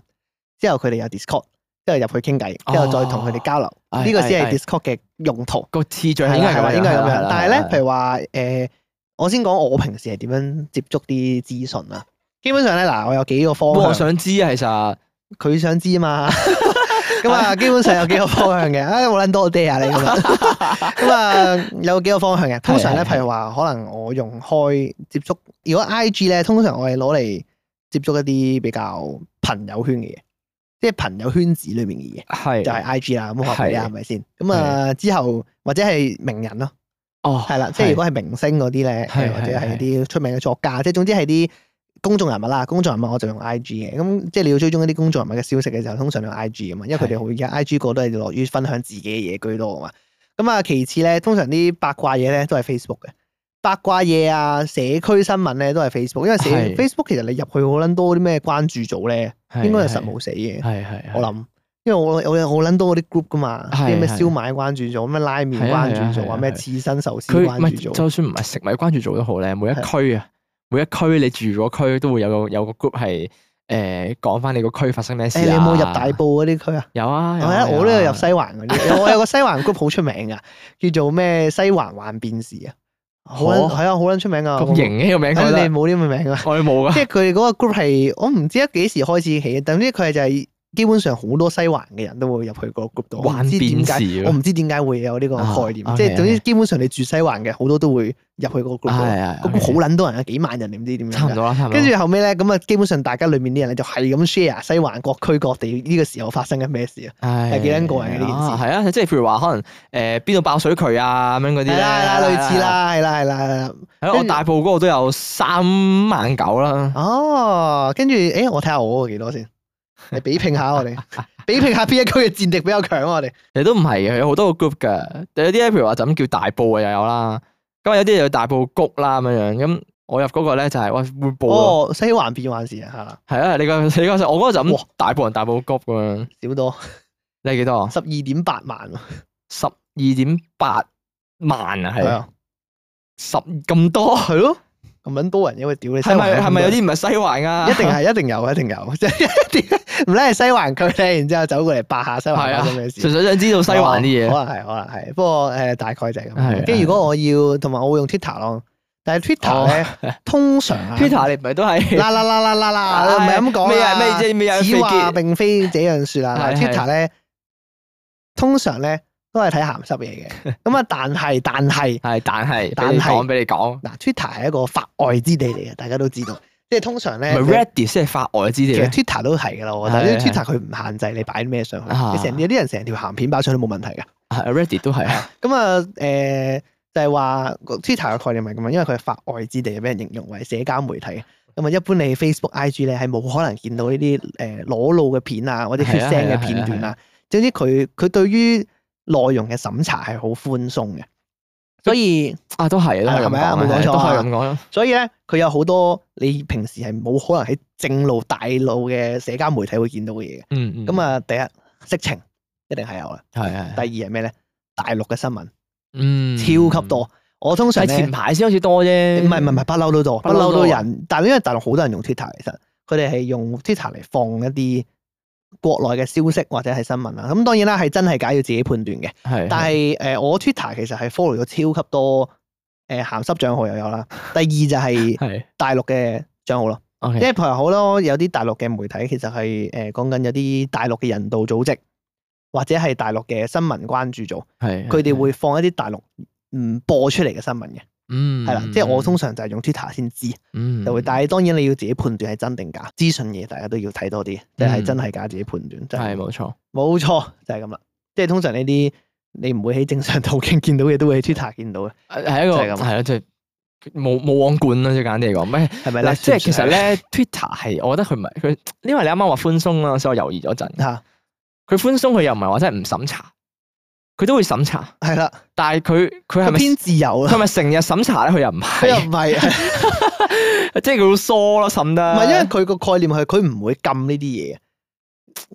Speaker 3: 之後佢哋有 Discord，之後入去傾偈，之後再同佢哋交流，
Speaker 1: 哦
Speaker 3: 呢個先
Speaker 1: 係
Speaker 3: 係
Speaker 1: 係
Speaker 3: Discord 嘅用途。
Speaker 1: 個次序係
Speaker 3: 係
Speaker 1: 應該
Speaker 3: 啦係
Speaker 1: 係
Speaker 3: 啦，
Speaker 1: 咁樣，
Speaker 3: 應該係咁樣。但係咧，譬
Speaker 1: 如
Speaker 3: 如話誒，我先講我平時係點樣接觸啲資訊啦。基本上咧，嗱，我有幾個
Speaker 1: 我
Speaker 3: 方向，
Speaker 1: 想知啊，其實
Speaker 3: 佢想知啊嘛。 咁啊，基本上有幾個方向嘅，啊冇撚多爹啊你咁啊，咁啊有幾個方向嘅。通常咧，
Speaker 1: 係係係
Speaker 3: 譬如話，可能我用開接觸，如果 I G 咧，通常我係攞嚟接觸一啲比較朋友圈嘅嘢，即係朋友圈子裏面嘅嘢，
Speaker 1: 係
Speaker 3: 就係 I G 啦，咁學你啦，
Speaker 1: 係
Speaker 3: 係咪先？咁啊之後或者係名人咯，
Speaker 1: 哦，
Speaker 3: 係啦，即係如果係明星嗰啲咧，
Speaker 1: 係
Speaker 3: 誒或者
Speaker 1: 係
Speaker 3: 係啲出名嘅作家，即係總之係啲公眾人物啦，公眾人物我就用 I G 嘅，咁即係你要追蹤一啲公眾人物嘅消息嘅時候，通常用 I G 啊噶嘛，因為佢哋好而家 I G 個都係樂於分享自己嘅嘢居多噶嘛。咁啊，其次咧，通常啲八卦嘢咧都係 Facebook 嘅。八卦嘢啊，社區新聞咧都係 Facebook，因為社
Speaker 1: 係
Speaker 3: Facebook 其實你入去好撚多啲咩關注組咧，
Speaker 1: 係
Speaker 3: 應該係實冇死嘅。
Speaker 1: 係係係
Speaker 3: 我諗，因為我我有好撚多嗰啲 group 噶嘛，
Speaker 1: 係
Speaker 3: 啲咩
Speaker 1: 係
Speaker 3: 燒賣關注組、咩拉麵
Speaker 1: 係啊
Speaker 3: 關注組
Speaker 1: 係啊
Speaker 3: 啊、
Speaker 1: 係
Speaker 3: 咩
Speaker 1: 啊
Speaker 3: 刺身壽司
Speaker 1: 佢
Speaker 3: 關
Speaker 1: 唔係
Speaker 3: 注組，
Speaker 1: 就算唔係食米關注組都好咧，每一區啊，每一區你住嗰區都會有個有個 group 係誒講翻你個區發生咩事
Speaker 3: 誒
Speaker 1: 啊
Speaker 3: 你有冇入大埔嗰啲區啊？
Speaker 1: 有啊，
Speaker 3: 係
Speaker 1: 有
Speaker 3: 啊，
Speaker 1: 啊
Speaker 3: 我都有入西環嗰啲，我有個西環 group 好出名噶，叫做咩西環幻變士啊，好撚
Speaker 1: 嚇
Speaker 3: 係啊，好撚出名啊！
Speaker 1: 哦咁型嘅個名
Speaker 3: 我，
Speaker 1: 覺
Speaker 3: 係
Speaker 1: 得
Speaker 3: 你，冇呢個 名啊？
Speaker 1: 我哋冇
Speaker 3: 即係
Speaker 1: 噶，
Speaker 3: 佢哋嗰個 group 係我唔知得幾時開始起，但之佢係就係基本上好多西環嘅人都會入去個 group 度，我唔
Speaker 1: 幻
Speaker 3: 知點
Speaker 1: 變
Speaker 3: 解，
Speaker 1: 時
Speaker 3: 我
Speaker 1: 啊
Speaker 3: 唔知點解會有呢個
Speaker 1: 啊
Speaker 3: 概念，即係
Speaker 1: OK，
Speaker 3: 總之
Speaker 1: OK
Speaker 3: 基本上你住西環嘅好多都會入去個 group 度。
Speaker 1: 係啊係
Speaker 3: 個 group 好撚多人啊，幾萬人定唔知點樣
Speaker 1: 差唔
Speaker 3: 㗎。
Speaker 1: 多啦，差唔多。
Speaker 3: 跟住後尾咧，咁啊，基本上大家裏面啲人咧就係咁 share 西環各區各地呢個時候發生緊咩事啊。
Speaker 1: 係
Speaker 3: 係幾撚過癮嘅呢件事
Speaker 1: 係啊，即係譬如話可能誒邊度爆水渠啊咁樣嗰
Speaker 3: 係
Speaker 1: 啲咧，
Speaker 3: 啦係啦，類似。啦，係啦係啦係啦。
Speaker 1: 係
Speaker 3: 跟
Speaker 1: 啊我
Speaker 3: 住
Speaker 1: 大埔嗰個都有三萬九啦，
Speaker 3: 哦，跟住誒，我睇下我嗰個幾多 先，你比拼下我哋，比拼下邊一區嘅戰力比較強啊我 哋。
Speaker 1: 其實都唔係嘅，佢有好多個 group 嘅。有啲咧，譬如話就咁叫大埔嘅又有啦，咁啊有啲又有大埔谷啦咁樣樣。咁我入嗰個咧就係、喂會報咯，
Speaker 3: 哦，西環變幻市啊，係啦，
Speaker 1: 係啊、你個你嗰個我嗰個就咁大埔人大埔谷咁樣。
Speaker 3: 少多
Speaker 1: 你係幾多啊？
Speaker 3: 十二點八萬喎，
Speaker 1: 十二點八萬啊，
Speaker 3: 係
Speaker 1: 係
Speaker 3: 啊，
Speaker 1: 十咁多，
Speaker 3: 係咯，咁撚多人，因為屌你西環
Speaker 1: 係咪係咪有
Speaker 3: 咁
Speaker 1: 啲唔係西環
Speaker 3: 多
Speaker 1: 啊？
Speaker 3: 人？一定係一定有，一定有，即係一定唔咧係西環區咧，然之後走過嚟八下西
Speaker 1: 係
Speaker 3: 環
Speaker 1: 啊
Speaker 3: 發生咩，事。
Speaker 1: 純粹想知道西環啲嘢。
Speaker 3: 可能係，可能係。不過誒、呃大概就係
Speaker 1: 係
Speaker 3: 咁。跟住如果我要，同埋我會用 Twitter 咯。但係 Twitter 咧，通常啊
Speaker 1: Peter 你唔係都係
Speaker 3: 啦啦啦啦啦 啦，唔係咁講
Speaker 1: 咩
Speaker 3: 啦。
Speaker 1: 啊咩即係咩啊？
Speaker 3: 此
Speaker 1: 飛
Speaker 3: 話
Speaker 1: 機
Speaker 3: 並非這樣説啦。嗱
Speaker 1: 係係
Speaker 3: ，Twitter 咧，通常咧都係睇鹹濕嘢嘅。咁啊，但係但係
Speaker 1: 係，但係
Speaker 3: 但
Speaker 1: 但係
Speaker 3: 係
Speaker 1: 講俾你講，
Speaker 3: 嗱，Twitter 係一個法外之地嚟嘅，大家都知道。即係通常
Speaker 1: 唔
Speaker 3: 咧，
Speaker 1: 係 Reddit 先係法外之地
Speaker 3: 其
Speaker 1: 咩
Speaker 3: 實 Twitter 都係㗎啦，我覺得。
Speaker 1: 係
Speaker 3: 因為
Speaker 1: 係
Speaker 3: Twitter 佢唔限制你擺咩上去，
Speaker 1: 啊
Speaker 3: 你成有啲人成條鹹片擺上去都冇問題㗎。
Speaker 1: 係，Reddit 都係啊。
Speaker 3: 咁啊，誒、就係話個 Twitter 嘅概念係咁樣，因為佢係法外之地，俾人形容為社交媒體。咁
Speaker 1: 嗯
Speaker 3: 啊，一般你 Facebook、IG 咧係冇可能見到呢啲誒裸露嘅片啊，或者血
Speaker 1: 係啊
Speaker 3: 腥
Speaker 1: 係
Speaker 3: 嘅
Speaker 1: 啊
Speaker 3: 片段
Speaker 1: 係
Speaker 3: 啊。總之佢佢對於內容嘅審查係好寬鬆嘅，所以
Speaker 1: 啊，都係，都係
Speaker 3: 係
Speaker 1: 咁
Speaker 3: 咪啊
Speaker 1: 講
Speaker 3: 冇講
Speaker 1: 係
Speaker 3: 錯
Speaker 1: 都係
Speaker 3: 啊
Speaker 1: 咁講啦。
Speaker 3: 所以咧佢有好多你平時係冇可能喺正路大路嘅社交媒體會見到嘅嘢嘅。
Speaker 1: 嗯嗯，
Speaker 3: 咁啊，第一色情一定係有啦。
Speaker 1: 係係，
Speaker 3: 第二係咩咧？大陸嘅新聞
Speaker 1: 嗯
Speaker 3: 超級，多，我通常
Speaker 1: 但係
Speaker 3: 咧
Speaker 1: 前排先開始多啫。
Speaker 3: 唔係唔係唔係，不嬲都多，不
Speaker 1: 不
Speaker 3: 嬲
Speaker 1: 嬲
Speaker 3: 都
Speaker 1: 都多啊
Speaker 3: 人。但係因為大陸好多人用 Twitter，其實佢哋係用 Twitter 嚟放一啲國內嘅消息或者係新聞啦。咁當然啦，係真係假要自己判斷嘅。
Speaker 1: 係，
Speaker 3: 但係誒、呃我 Twitter 其實係 follow 咗超級多誒鹹濕帳號又有啦。第二就係
Speaker 1: 係
Speaker 3: 大陸嘅帳號咯，
Speaker 1: ，OK，
Speaker 3: 因為譬如好多有啲大陸嘅媒體其實係誒講緊有啲大陸嘅人道組織或者係大陸嘅新聞關注組，
Speaker 1: 係
Speaker 3: 佢哋，會放一啲大陸唔播出嚟嘅新聞嘅，
Speaker 1: 嗯，
Speaker 3: 係啦。即係我通常就係用 Twitter 先知。
Speaker 1: 嗯
Speaker 3: 就會，但係當然你要自己判斷係真定假，資訊嘢大家都要睇多啲，即係係真係假自己判斷。真
Speaker 1: 嗯
Speaker 3: 係
Speaker 1: 係冇錯，
Speaker 3: 冇錯，就係咁啦。即係通常呢啲你唔會喺正常途徑見到嘅，都會喺 Twitter 見到嘅，
Speaker 1: 係一個
Speaker 3: 就係咁
Speaker 1: 係啦，啊即係冇冇網管啦，即係簡單啲嚟講，咩？
Speaker 3: 係咪咧？
Speaker 1: 嗱，即係其實
Speaker 3: 算唔算
Speaker 1: 咧，Twitter 係，我覺得佢唔係佢，因為你啱啱話寬鬆啦，所以我猶豫咗 陣。
Speaker 3: 嚇
Speaker 1: 佢寬鬆，佢又唔係話真係唔審查，佢都會審查，
Speaker 3: 係啦，
Speaker 1: 但係佢佢係
Speaker 3: 佢
Speaker 1: 咪
Speaker 3: 偏自由
Speaker 1: 佢
Speaker 3: 啦
Speaker 1: 係，咪成日審查咧？佢又唔
Speaker 3: 佢又
Speaker 1: 係，
Speaker 3: 唔 係，係
Speaker 1: 即係佢好疏咯，審
Speaker 3: 唔
Speaker 1: 得。
Speaker 3: 係因為佢個概念係佢唔會禁呢啲嘢。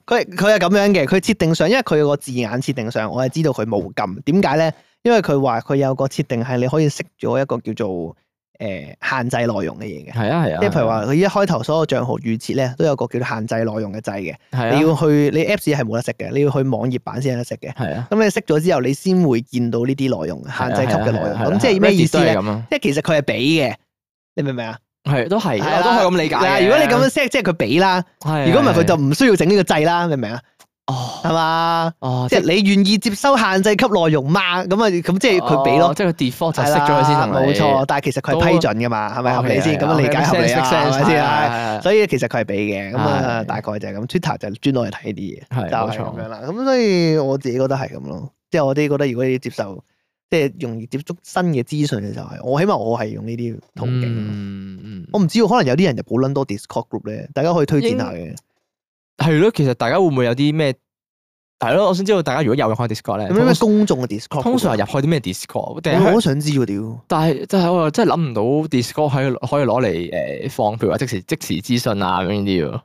Speaker 3: 佢佢係咁樣嘅，佢設定上，因為佢個字眼設定上，我係知道佢冇禁。點解咧？因為佢話佢有個設定係你可以熄咗一個叫做誒、呃限制內容嘅嘢嘅。
Speaker 1: 係啊係啊，
Speaker 3: 即係譬如話，佢一開頭所有帳號預設咧，都有個叫做限制內容嘅掣嘅。
Speaker 1: 係啊，
Speaker 3: 你要去你 Apps 係冇得食嘅，你要去網頁版先有得食嘅。
Speaker 1: 係啊，啊
Speaker 3: 咁你熄咗之後，你先會見到呢啲內容，限制級嘅內容。咁即係咩意思咧？
Speaker 1: 咁啊，
Speaker 3: 即係其實佢係俾嘅，你明唔明啊？
Speaker 1: 係都係，啊
Speaker 3: 係啦
Speaker 1: 我都係咁理解
Speaker 3: 嗱
Speaker 1: 嘅。
Speaker 3: 如果你咁樣 set，即係佢俾啦。
Speaker 1: 樣
Speaker 3: 如果唔係，佢就唔需要整呢個掣啦，明唔明啊？
Speaker 1: 哦，
Speaker 3: 係嘛？
Speaker 1: 哦，
Speaker 3: 即係你願意接收限制級內容嘛？咁啊，咁即係佢俾
Speaker 1: 哦
Speaker 3: 咯，
Speaker 1: 即係佢 default 就熄咗佢先，係哦咪？
Speaker 3: 冇錯，但係其實佢係批准噶嘛，係咪合理先？咁理解合理啊，係咪先啊？
Speaker 1: 係
Speaker 3: 所以其實佢係俾嘅，咁啊
Speaker 1: 係
Speaker 3: 大概就係咁。Twitter 就專攞嚟睇呢啲嘢。
Speaker 1: 係
Speaker 3: 就
Speaker 1: 冇
Speaker 3: 係咁
Speaker 1: 錯
Speaker 3: 樣。啦。咁所以我自己覺得係咁咯，即係我啲覺得如果你要接受，即係容易接觸新嘅資訊嘅時候，係我起碼我係用呢啲途徑。
Speaker 1: 嗯嗯，
Speaker 3: 我唔知喎，可能有啲人就冇撚多 Discord group 咧，大家可以推薦下嘅。
Speaker 1: 係咯，其實大家會唔會有啲咩？係咯，我想知道大家如果有入開 Discord 咧，
Speaker 3: 有咩咩
Speaker 1: 通
Speaker 3: 公眾嘅 Discord？
Speaker 1: 通常係入
Speaker 3: 入，
Speaker 1: 開啲咩 Discord？定
Speaker 3: 我
Speaker 1: 係
Speaker 3: 都想知喎屌。
Speaker 1: 但係真係我真係諗唔到 Discord 可以可以攞嚟誒放，譬如話即時即時資訊啊咁樣呢啲喎。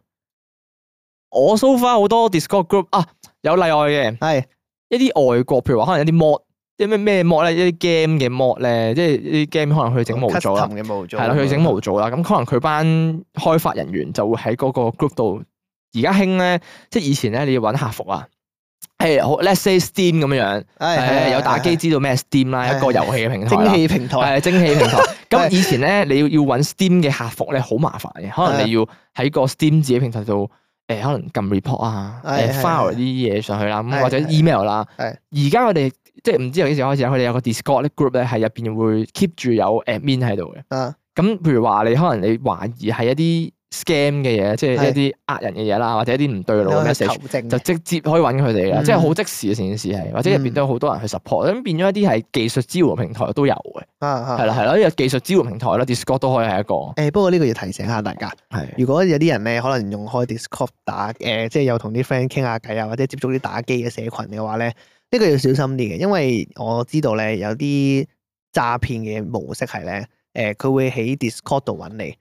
Speaker 1: 我 so far 好多 Discord group 啊，有例外嘅，
Speaker 3: 係
Speaker 1: 一啲外國譬如話可能一啲 mod，啲咩咩 mod 咧，一啲 game 嘅 mod 咧，即係呢啲 game 可能佢整模啊組啦
Speaker 3: custom，嘅啊模組，
Speaker 1: 係啦，佢整模組啦，咁可能佢班開發人員就會喺嗰個 group 度。而家興咧，即係以前咧，你要揾客服啊。係好，let's say Steam 咁樣樣，
Speaker 3: 係，係
Speaker 1: 係有打機
Speaker 3: 係
Speaker 1: 知道咩係 Steam 啦，一個
Speaker 3: 係
Speaker 1: 遊戲嘅平台啦
Speaker 3: 蒸汽平台，
Speaker 1: 係蒸汽平 台。咁
Speaker 3: 係
Speaker 1: 以前咧，你要要揾 Steam 嘅客服咧，好麻煩嘅，可能你要喺個 Steam 自己平台度。誒可能撳 report 啊，
Speaker 3: 係
Speaker 1: 誒
Speaker 3: 係
Speaker 1: file
Speaker 3: 係
Speaker 1: 啲嘢上去啦，咁
Speaker 3: 係
Speaker 1: 或者
Speaker 3: 係
Speaker 1: email 啦。
Speaker 3: 係
Speaker 1: 而家我哋即係唔知由幾時開始，佢哋有個 Discord group 咧，係入邊會 keep 住有 admin 喺度嘅。
Speaker 3: 啊
Speaker 1: 咁譬如話你可能你懷疑係一啲 scam 嘅嘢，即係
Speaker 3: 係
Speaker 1: 一啲呃人嘅嘢啦，或者一啲唔對路
Speaker 3: 你
Speaker 1: 嘅
Speaker 3: 可以
Speaker 1: message，
Speaker 3: 求證
Speaker 1: 就
Speaker 3: 嘅，
Speaker 1: 直接可以揾佢哋啦，
Speaker 3: 嗯
Speaker 1: 即係好即時嘅成件事係，或者入邊
Speaker 3: 嗯
Speaker 1: 都有好多人去 support，咁變咗一啲係技術支援平台都有嘅。
Speaker 3: 啊啊
Speaker 1: 係啦係啦，呢個技術支援平台啦，Discord 都可以係一個
Speaker 3: 誒，不過呢個要提醒下大家。
Speaker 1: 係
Speaker 3: 如果有啲人咧，可能用開 Discord 打誒、呃即係有同啲 friend 傾下偈啊，或者接觸啲打機嘅社群嘅話咧，呢、呢個要小心啲嘅，因為我知道咧有啲詐騙嘅模式係咧，誒、佢會喺 Discord 度揾你，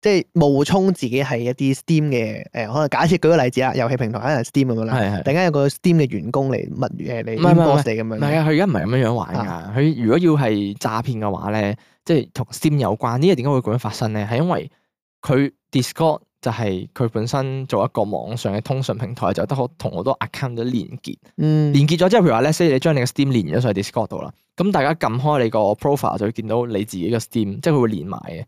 Speaker 3: 即係冒充自己係一啲 Steam 嘅誒、呃可能假設舉個例子啊，遊戲平台可能係 Steam 咁樣啦，
Speaker 1: 係係
Speaker 3: 突。然間有個 Steam 嘅員工嚟密誒嚟
Speaker 1: 唔係唔係
Speaker 3: inbox 你咁
Speaker 1: 唔
Speaker 3: 樣
Speaker 1: 係
Speaker 3: 嘅，
Speaker 1: 啊，佢而家唔係咁樣樣玩㗎。佢如果要係詐騙嘅話咧，即係同 Steam 有關，呢個點解會咁樣發生咧？係因為佢 Discord 就係佢本身做一個網上嘅通訊平台，就得好同好多 account 都連結。
Speaker 3: 嗯，
Speaker 1: 連結咗之後，譬如話咧，say 你將你嘅 Steam 連咗上去 Discord 度啦，咁大家撳開你個 profile 就會見到你自己嘅 Steam，即係佢會連埋嘅。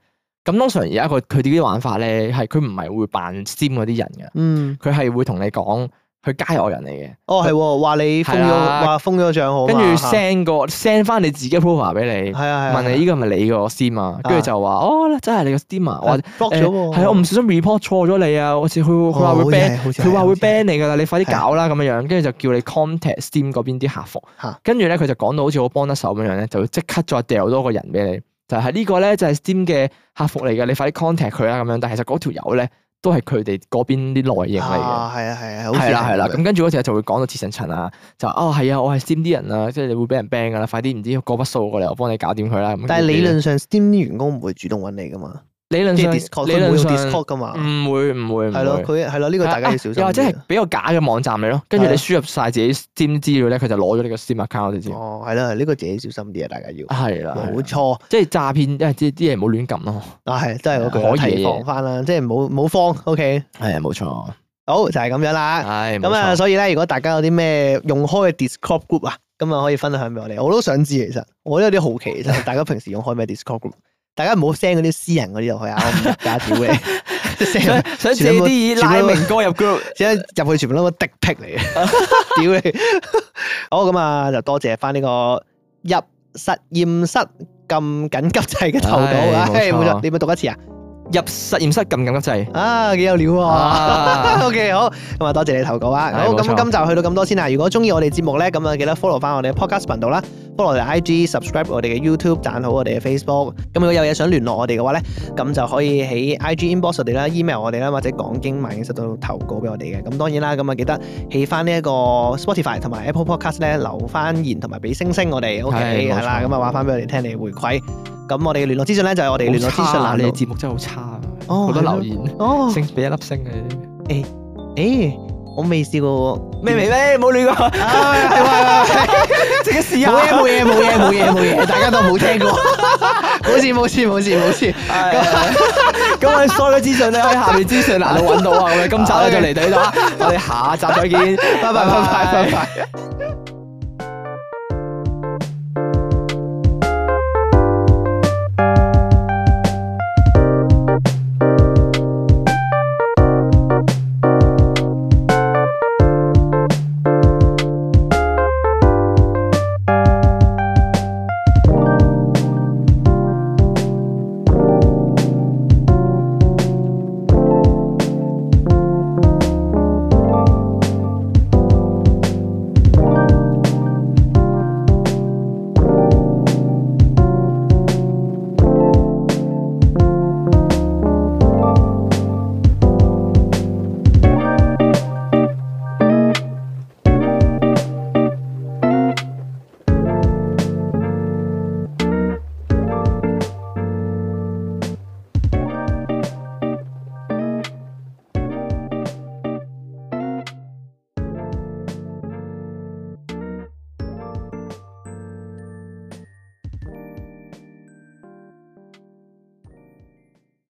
Speaker 1: 咁通常而家佢佢哋啲玩法咧，係佢唔係會扮 Steam 嗰啲人
Speaker 3: 嗯，
Speaker 1: 嘅，佢係會同你講佢街外人嚟嘅。
Speaker 3: 哦係喎，話你封
Speaker 1: 係
Speaker 3: 咗
Speaker 1: 啦
Speaker 3: 話封咗個帳號啊
Speaker 1: 跟
Speaker 3: 嘛，
Speaker 1: 住 send 個 send 翻你自己 profile 俾你，
Speaker 3: 係啊係啊，
Speaker 1: 問你呢個係咪你個 Steam 啊？跟住就話哦，真係你個 Steam 啊！我
Speaker 3: 係 block 咗喎，
Speaker 1: 係啊，我唔小心 report 錯咗你啊！好似佢佢話
Speaker 3: 哦
Speaker 1: 會 ban，佢話會 ban 你噶啦，你快啲搞啦咁樣樣，跟住就叫你 contact Steam 嗰邊啲客服
Speaker 3: 嚇，
Speaker 1: 跟住咧佢就講到好似好幫得手咁樣咧，就會即刻再掉多個人俾你，就係呢個咧就係 Steam 嘅客服嚟嘅，你快啲 contact 佢啊啦咁樣。但係其實嗰條友咧都係佢哋嗰邊啲內應嚟嘅。
Speaker 3: 啊，係啊係啊，好似
Speaker 1: 係啦係啦，
Speaker 3: 咁樣
Speaker 1: 咁跟住嗰時候就會講到切成層啊，就哦係啊，我係 Steam 啲人啊，即係你會俾人 ban 噶啦，快啲唔知過筆數過嚟，我幫你搞掂佢啦。咁
Speaker 3: 但係理
Speaker 1: 跟住
Speaker 3: 論上 Steam 啲員工唔會主動揾你噶嘛，
Speaker 1: 理論
Speaker 3: 即
Speaker 1: 上
Speaker 3: 係 Discord
Speaker 1: 理
Speaker 3: 佢唔
Speaker 1: 論
Speaker 3: 會用
Speaker 1: 上
Speaker 3: Discord 噶嘛，
Speaker 1: 唔會唔會唔會
Speaker 3: 係咯，佢係咯，呢個大家要小心
Speaker 1: 啊又或者係
Speaker 3: 啲。啊
Speaker 1: 俾個假嘅網站你咯，跟住你輸入晒自己 Steam 資料咧，佢就攞咗你個 Steam account 你知。
Speaker 3: 哦，係啦，呢個自己小心啲啊，大家要。
Speaker 1: 係啦，係
Speaker 3: 冇
Speaker 1: 啦，
Speaker 3: 錯，
Speaker 1: 即係詐騙，即係啲啲嘢唔好亂撳咯。
Speaker 3: 啊係，真係嗰
Speaker 1: 可
Speaker 3: 句
Speaker 1: 以嘅
Speaker 3: 提防翻啦，即係冇冇慌，OK，
Speaker 1: 係啊，冇錯。
Speaker 3: 好就係咁樣啦。
Speaker 1: 係
Speaker 3: 咁啊，
Speaker 1: 冇錯。
Speaker 3: 所以咧，如果大家有啲咩用開嘅 Discord group 啊，咁啊可以分享俾我哋，我都想知其實，我都有啲好奇，其實大家平時用開咩 Discord group？大家唔好 send 嗰啲私人嗰啲落去啊，我唔入㗎 屌你，即係 send
Speaker 1: 想想借啲拉明哥入 group，
Speaker 3: 即係入去全部都係滴癖嚟 嘅，屌你！好咁啊，就多謝翻呢個入實驗室咁緊急掣嘅投稿啊！
Speaker 1: 唉
Speaker 3: 唉
Speaker 1: 冇錯
Speaker 3: 冇錯，你咪讀一次啊！
Speaker 1: 入實驗室撳撳急掣。
Speaker 3: 啊，幾有料喎！
Speaker 1: 啊
Speaker 3: OK，好，咁啊，多謝你投稿啊！
Speaker 1: 係
Speaker 3: 好，
Speaker 1: 冇
Speaker 3: 咁
Speaker 1: 錯
Speaker 3: 今集去到咁多先啦。啊如果中意我哋節目咧，咁啊記得 follow 翻我哋嘅 podcast 頻道啦，follow 我哋 IG，subscribe 我哋嘅 YouTube，讚好我哋嘅 Facebook。咁如果有嘢想聯絡我哋嘅話咧，咁就可以喺 IG inbox 我哋啦，email 我哋啦，或者講經萬應室度投稿俾我哋嘅。咁當然啦，咁啊記得起翻呢一個 Spotify 同埋 Apple Podcast 咧留翻言同埋俾星星我哋，OK
Speaker 1: 係冇錯
Speaker 3: 係啦，咁啊話翻俾我哋聽你嘅回饋。咁我哋嘅聯絡資訊咧就係我哋嘅聯絡資訊欄
Speaker 1: 啦，啊你哋
Speaker 3: 度。
Speaker 1: 節目真係好差啊，
Speaker 3: 哦
Speaker 1: 好多
Speaker 3: 係咯
Speaker 1: 留言，
Speaker 3: 哦。
Speaker 1: 星俾一粒星嘅。
Speaker 3: 诶、我未試過
Speaker 1: 咩咩咩，冇亂 講，
Speaker 3: 啊，係喎
Speaker 1: 即刻
Speaker 3: 係喎
Speaker 1: 試 下。
Speaker 3: 冇嘢冇嘢冇嘢冇嘢冇嘢，大家都冇聽 過，冇事冇事冇事冇事，
Speaker 1: 係啊咁我哋所有嘅資訊咧喺下面資訊欄度揾到啊。我哋今集咧就嚟到呢度啊，我哋下集再見，
Speaker 3: 拜拜拜拜拜拜。